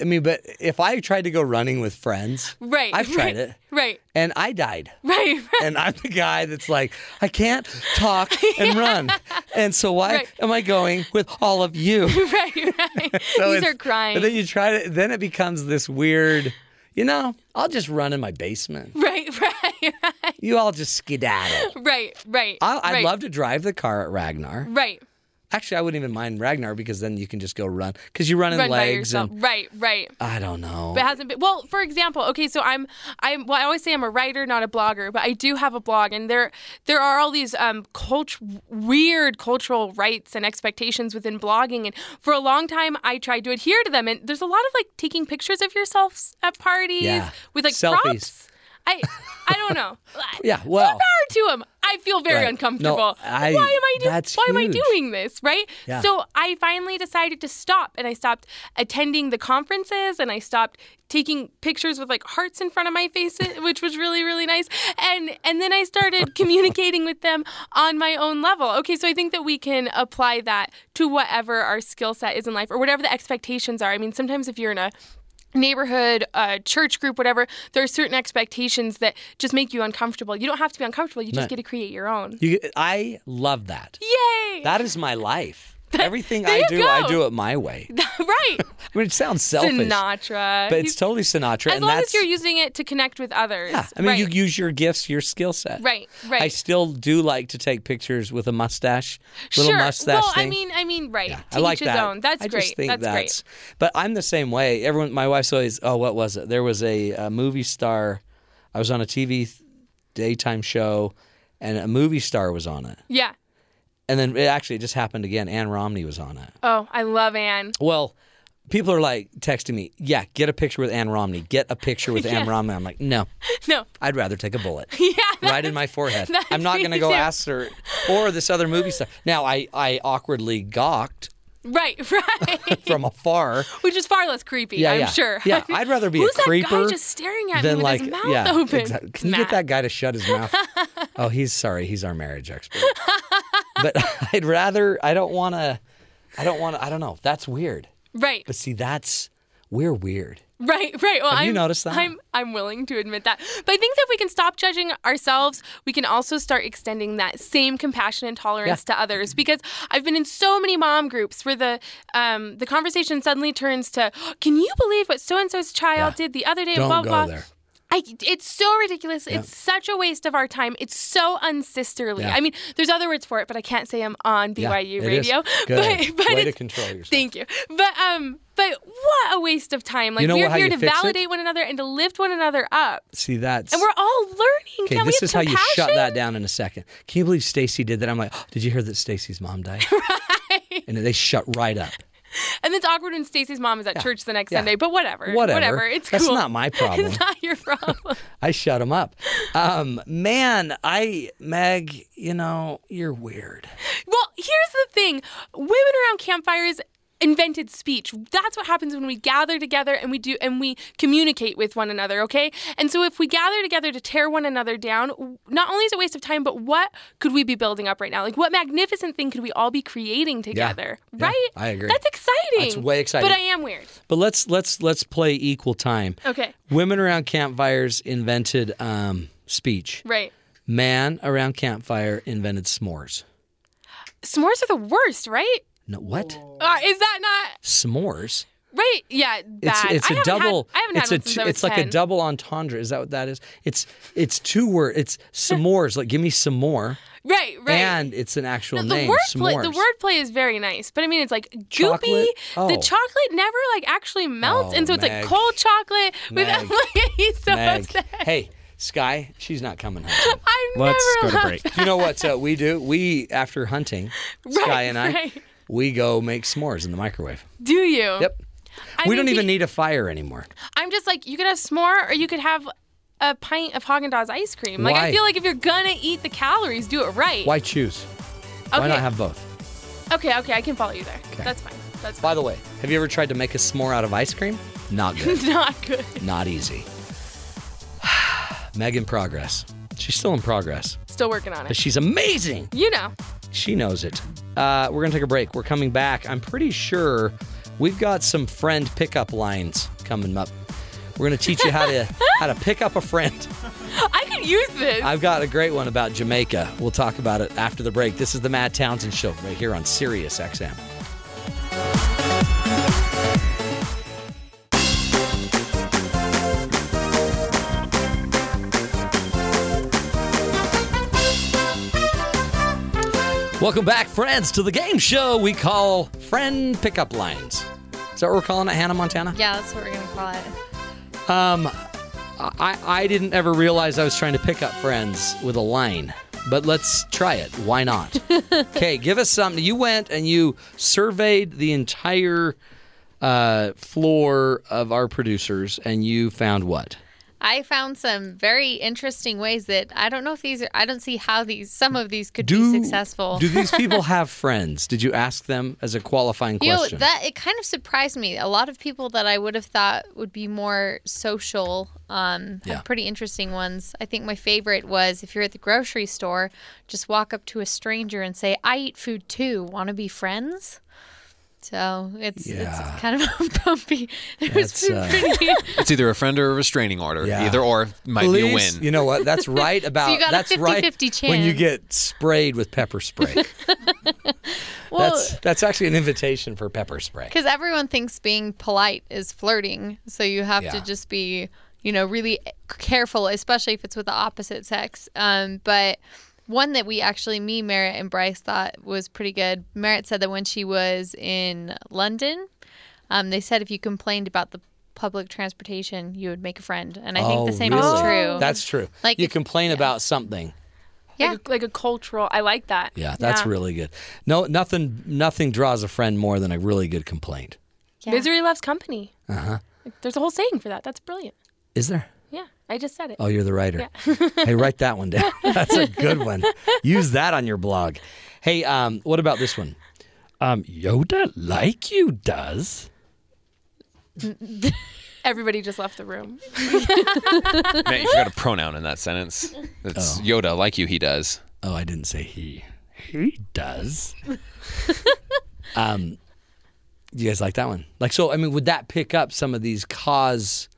I mean, but if I tried to go running with friends,
Right.
I've tried
right,
it,
Right.
and I died.
Right. *laughs* right.
And I'm the guy that's like, I can't talk
*laughs*
and run. And so why
Right.
am I going with all of
*laughs*
you?
Right, right.
So
These
it's-
are crying.
And then you try to, then it becomes this weird, you know, I'll just run in my basement.
right, right, right,
You all just skedaddle.
*laughs* right, right.
I, I'd
right,
love to drive the car at Ragnar.
Right,
Actually, I wouldn't even mind Ragnar because then you can just go run because you run in
run by
legs
yourself.
and
Right, right.
I don't know.
But it hasn't been. Well, for example, okay, so I'm, I'm. Well, I always say I'm a writer, not a blogger, but I do have a blog, and there, there are all these um, cult- weird cultural rights and expectations within blogging, and for a long time I tried to adhere to them. And there's a lot of like taking pictures of yourselves at parties
Yeah.
with like
Selfies.
props. I, I don't know.
*laughs* Yeah, well,
power to him. I feel very
Right. No,
uncomfortable.
I-
why am I doing?
that's
Why am I
huge.
doing this? Right.
Yeah.
So I finally decided to stop, and I stopped attending the conferences, and I stopped taking pictures with like hearts in front of my face, *laughs* which was really really nice. And and then
*laughs*
I started communicating with them on my own level. Okay, so I think that we can apply that to whatever our skill set is in life, or whatever the expectations are. I mean, sometimes if you're in a neighborhood, uh, church group, whatever, there are certain expectations that just make you uncomfortable. You don't have to be uncomfortable. You
No.
just get to create your own.
you, I love that.
Yay!
That is my life. Everything
*laughs* there
I
you
do, I
go.
do it my way.
*laughs* right.
I mean, it sounds selfish,
Sinatra.
but
He's-
it's totally Sinatra.
as
and
long
that's,
as you're using it to connect with others.
Yeah, I mean,
right.
you use your gifts, your skill set.
Right, right.
I still do like to take pictures with a mustache, little
sure.
mustache
well,
thing.
I mean, I mean, right.
Yeah,
to
I like
each his
that.
own. That's
I
great.
Just think
that's,
that's
great.
But I'm the same way. Everyone, my wife's always, oh, what was it? There was a, a movie star. I was on a TV th- daytime show, and a movie star was on it.
Yeah.
And then it actually just happened again. Ann Romney was on it.
Oh, I
*laughs*
love Anne.
Well, people are like texting me, yeah, get a picture with Ann Romney. Get a picture
*laughs*
with Ann Romney. I'm like, no,
No.
I'd rather take a bullet
*laughs* Yeah.
right in my forehead.
that's
I'm not going to
me
go
too.
ask her or this other movie star. Now, I, I awkwardly gawked
Right. *laughs* Right. *laughs*
from afar.
Which is far less creepy.
Yeah,
I'm
yeah.
sure.
Yeah, I'd rather be a
*laughs* Who's that
creeper
guy just staring at
Then
me with
like,
his mouth
yeah,
open?
exactly.
It's
Can you
Matt.
get that guy to shut his
*laughs*
mouth? oh, he's sorry. He's our marriage expert. but *laughs* I'd rather. I don't want to. I don't want to. I don't know. That's weird.
Right.
But see, that's we're weird.
Right, right. Well,
you
I'm,
noticed that?
I'm I'm willing to admit that. But I think that if we can stop judging ourselves, we can also start extending that same compassion and tolerance to others. Because I've been in so many mom groups where the um, the conversation suddenly turns to, "Can you believe what so and so's child
Yeah.
did the other day?"
Don't
blah
go
blah.
there.
I, it's so ridiculous. It's such a waste of our time. It's so unsisterly.
Yeah.
I mean, there's other words for it, but I can't say them on
Yeah,
BYU
it is.
radio. *laughs*
Good.
But, but
Way to
it's-
control yourself.
Thank you. But um, but what a waste of time. Like
know
we're
how
here
you
to
fix it?
validate one another and to lift one another up.
See, that's
And we're all learning.
okay.
Can
This
we
is
have
how you
compassion?
shut that down in a second. Can
*laughs*
you believe Stacy did that? I'm like, oh, did you hear that Stacy's mom died? And they shut right up.
And it's awkward when Stacy's mom is at church the next
Yeah.
Sunday, but whatever.
Whatever.
It's
That's
cool.
not my problem.
*laughs* it's not your
*laughs*
problem.
I shut him up. Um, man, I Meg, you know you're weird.
Well, here's the thing women around campfires invented speech. That's what happens when we gather together and we do and we communicate with one another, okay? And so if we gather together to tear one another down, not only is it a waste of time, but what could we be building up right now? Like what magnificent thing could we all be creating together?
Yeah,
right?
I agree.
That's exciting.
That's way exciting.
But I am weird.
But let's let's let's play equal time.
Okay.
Women around campfires invented um, speech.
Right.
Man around campfire invented s'mores.
S'mores are the worst, right?
No, what
Uh, is that not
s'mores?
right? Yeah,
It's
bad.
it's
I
a
haven't
double.
Had, I haven't
it's
had
a
one since
two-
I was
it's like a
10.
double entendre. Is that what that is? It's it's two word. It's s'mores. Like give me some more.
Right, *laughs* right.
And it's an actual
No,
name.
the
s'mores.
wordplay the wordplay is very nice, but I mean it's like goopy.
Chocolate? Oh.
The chocolate never like actually melts,
Oh,
and so it's
Meg.
like cold chocolate
Meg.
without like *laughs* he's so
Meg.
upset.
Hey, Sky, she's not coming home.
I've
Let's go
never
to
laughed.
break.
you know what uh, we do? We after
*laughs*
hunting, Sky and I,
right.
we go make s'mores in the microwave.
Do you?
Yep.
I
we
mean,
don't
do
even
you-
need a fire anymore.
I'm just like you could have s'more or you could have a pint of Haagen Dazs ice cream. Like
Why?
I feel like if you're gonna eat the calories, do it right.
Why choose?
Okay.
Why not have both?
okay, okay, I can follow you there. That's fine. That's fine.
By the way, have you ever tried to make a s'more out of ice cream? Not good.
*laughs* Not good.
not easy. *sighs* Meg in progress. She's still in progress,
Still working on
but
it.
she's amazing.
You know.
She knows it. Uh, we're going to take a break. We're coming back. I'm pretty sure we've got some friend pickup lines coming up. We're going to teach you how to how to pick up a friend.
I could use this.
I've got a great one about Jamaica. We'll talk about it after the break. This is the Matt Townsend Show right here on Sirius XM. Welcome back, friends, to the game show we call Friend Pickup Lines. Is that what we're calling it, Hannah Montana?
Yeah, that's what we're gonna call it.
I, I didn't ever realize I was trying to pick up friends with a line, but let's try it. Why
*laughs*
not? okay, give us something. You went and you surveyed the entire uh, floor of our producers, and you found what?
I found some very interesting ways that I don't know if these are. I don't see how these some of these could be successful.
Do these
*laughs*
people have friends? Did you ask them as a qualifying
you know
question?
that it kind of surprised me. A lot of people that I would have thought would be more social um,
Yeah.
had pretty interesting ones. I think my favorite was if you're at the grocery store, just walk up to a stranger and say, "I eat food too. Want to be friends?" So it's
Yeah.
it's kind of *laughs* a bumpy. There's
That's,
been
uh,
pretty.
It's either a friend or a restraining order.
Yeah.
Either or might be a
Police-
win.
You know what? That's
*laughs*
right about
got a
that's right
50-50
when you
chance.
get sprayed with pepper spray.
*laughs* well,
that's that's actually an invitation for pepper spray.
Because everyone thinks being polite is flirting, so you have
Yeah.
to just be, you know, really careful, especially if it's with the opposite sex. Um, but one that we actually, me, Merritt, and Bryce thought was pretty good. Merritt said that when she was in London, um, they said if you complained about the public transportation, you would make a friend, and I think the same is
Oh, really?
true.
That's true.
Like
you
if-
complain about something.
yeah.
Like, a, like a cultural. I like that.
Yeah, that's really good. No, nothing, nothing draws a friend more than a really good complaint.
Yeah.
Misery loves company. Uh
Uh-huh.
huh. There's a whole saying for that. That's brilliant.
Is there?
Yeah, I just said it.
Oh, you're the writer. hey, write that one
*laughs*
down. That's a good one. Use that on your blog. Hey, um, what about this one? Um, Yoda like you does.
Everybody just left the room.
Man, you forgot a pronoun in that sentence. It's Yoda, like you, he does.
Oh, I didn't say he. He
*laughs*
does. um, you guys like that one? Like, so I mean, would that pick up some of these cause?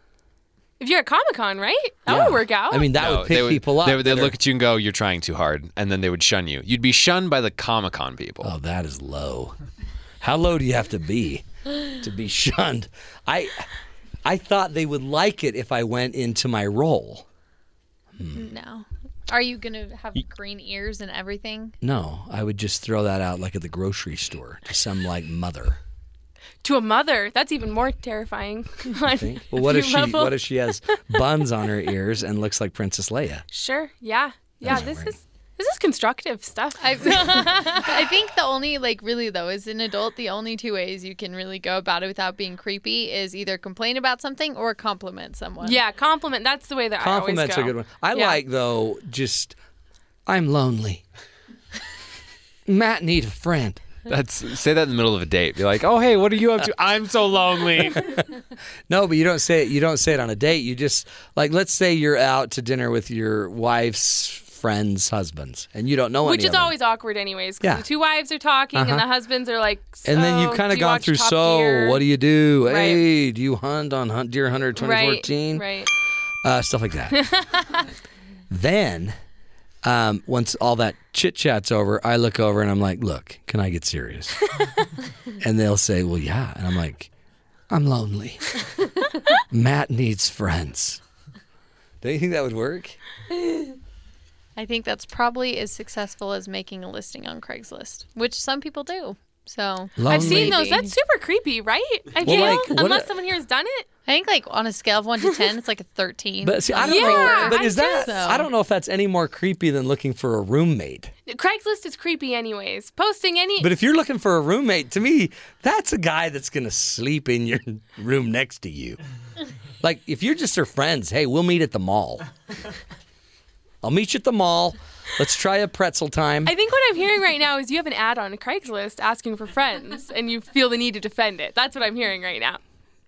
If you're at Comic Con, right? That
Yeah.
would work out.
I mean, that
No,
would pick
they would,
people up.
They would they'd
that are-
look at you and go, "You're trying too hard," and then they would shun you. You'd be shunned by the Comic Con people.
Oh, that is low. How low do you have to be to be *laughs* shunned? I I thought they would like it if I went into my role.
no. Are you gonna have green ears and everything?
No, I would just throw that out like at the grocery store to some like mother.
to a mother, that's even
*laughs*
more terrifying. I *laughs*
Think? Well, what if she what if she has buns on her ears and looks like Princess Leia?
Sure. Yeah. Yeah.
Doesn't
This
work.
is This is constructive stuff.
I, I think the only like really though as an adult the only two ways you can really go about it without being creepy is either complain about something or compliment someone.
*laughs* yeah, compliment. That's the way that
Compliments
I
are a
always go.
good one. I
Yeah.
like though just I'm lonely. Matt need a friend.
That's say that in the middle of a date. Be like, oh hey, what are you up to? I'm so lonely.
No, but you don't say it. You don't say it on a date. You just like let's say you're out to dinner with your wife's friends' husbands, and you don't know
Which
any
is
of them.
always awkward, anyways. 'cause
Yeah. Uh-huh.
The two wives are talking, and the husbands are like. So,
And then you've kind of gone through. So, what do you do? Hey, do you hunt on hunt deer hunter 2014?
Right. Right.
uh, stuff like that.
*laughs*
then, um, once all that chit chat's over, I look over and I'm like, "Look, can I get
*laughs*
serious?" and they'll say, "Well, yeah," and I'm like, "I'm
*laughs*
lonely. Matt needs friends." Don't you think that would work?
I think that's probably as successful as making a listing on Craigslist, which some people do. So
Lonely.
I've seen
Maybe.
those. That's super creepy, right? I
Well,
feel
like, what
unless
a-
someone here has done it.
I think like on a scale of one to ten, it's like a thirteen.
But see, I don't
Yeah,
know. But
I
is that?
think so.
I don't know if that's any more creepy than looking for a roommate.
Craigslist is creepy, anyways. Posting *laughs* any.
But if you're looking for a roommate, to me, that's a guy that's gonna sleep in your room next to you. Like if you're just her friends, hey, we'll meet at the mall. I'll meet you at the mall. Let's try a pretzel time.
I think what I'm hearing right now is you have an ad on Craigslist asking for friends, and you feel the need to defend it. That's what I'm hearing right now.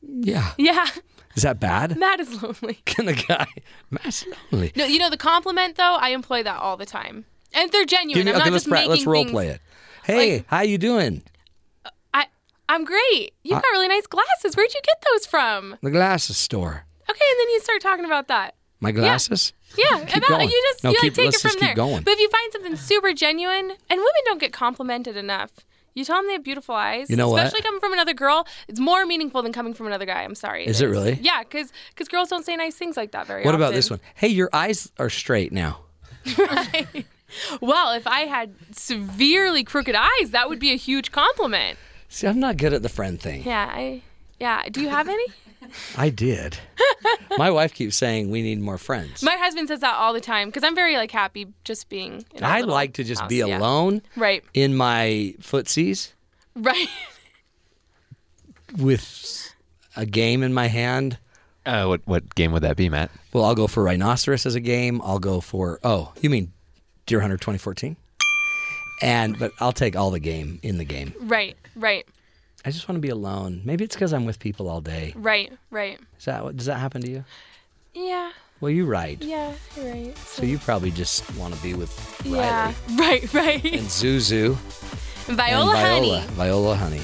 yeah.
Yeah, *laughs*
Is that bad?
Matt is lonely.
Can the guy? Matt's lonely.
No, you know the compliment though. I employ that all the time, and they're genuine.
Give me-
I'm not
okay, let's
just
pra-
making
let's role
things-
play it. Hey, how you doing?
I, I'm great. You've got really nice glasses. Where'd you get those from?
The glasses store.
Okay, and then you start talking about that.
My glasses.
Yeah, about
going.
you just
No,
you
keep-
like take
let's
it from
just keep
there.
going.
But if you find something super genuine, and women don't get complimented enough. You tell them they have beautiful eyes.
You know what?
Especially coming from another girl, it's more meaningful than coming from another guy. I'm sorry.
Is it really?
Yeah, because girls don't say nice things like that very
What
often.
about this one? Hey, your eyes are straight now.
Well, if I had severely crooked eyes, that would be a huge compliment.
See, I'm not good at the friend thing.
Yeah, I. Yeah. Do you have
*laughs*
any?
I did.
*laughs*
My wife keeps saying we need more friends.
My husband says that all the time because I'm very like happy just being. In our
I
little
like to just
house.
be
Yeah.
alone
Right.
in my footsies
Right. *laughs*
with a game in my hand.
uh, what what game would that be, Matt?
Well, I'll go for Rhinoceros as a game. I'll go for, oh, you mean Deer Hunter 2014? And, but I'll take all the game in the game.
Right. Right.
I just want to be alone. Maybe it's because I'm with people all day.
Right. Right.
Is that what, does that happen to you?
Yeah.
Well, you ride.
Yeah. You're right.
So you probably just want to be with Riley
Yeah. *laughs* Right. Right.
and Zuzu.
Viola,
and Viola,
honey,
Viola Honey.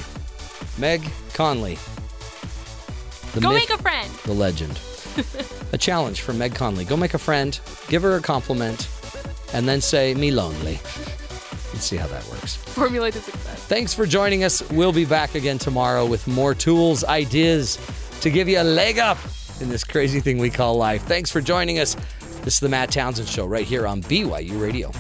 Meg Conley. The
go
myth,
make a friend.
the legend. a challenge for Meg Conley. Go make a friend, give her a compliment, and then say, me lonely. And see how that works.
Formula to success.
Thanks for joining us. We'll be back again tomorrow with more tools, ideas to give you a leg up in this crazy thing we call life. Thanks for joining us. This is the Matt Townsend Show right here on BYU Radio.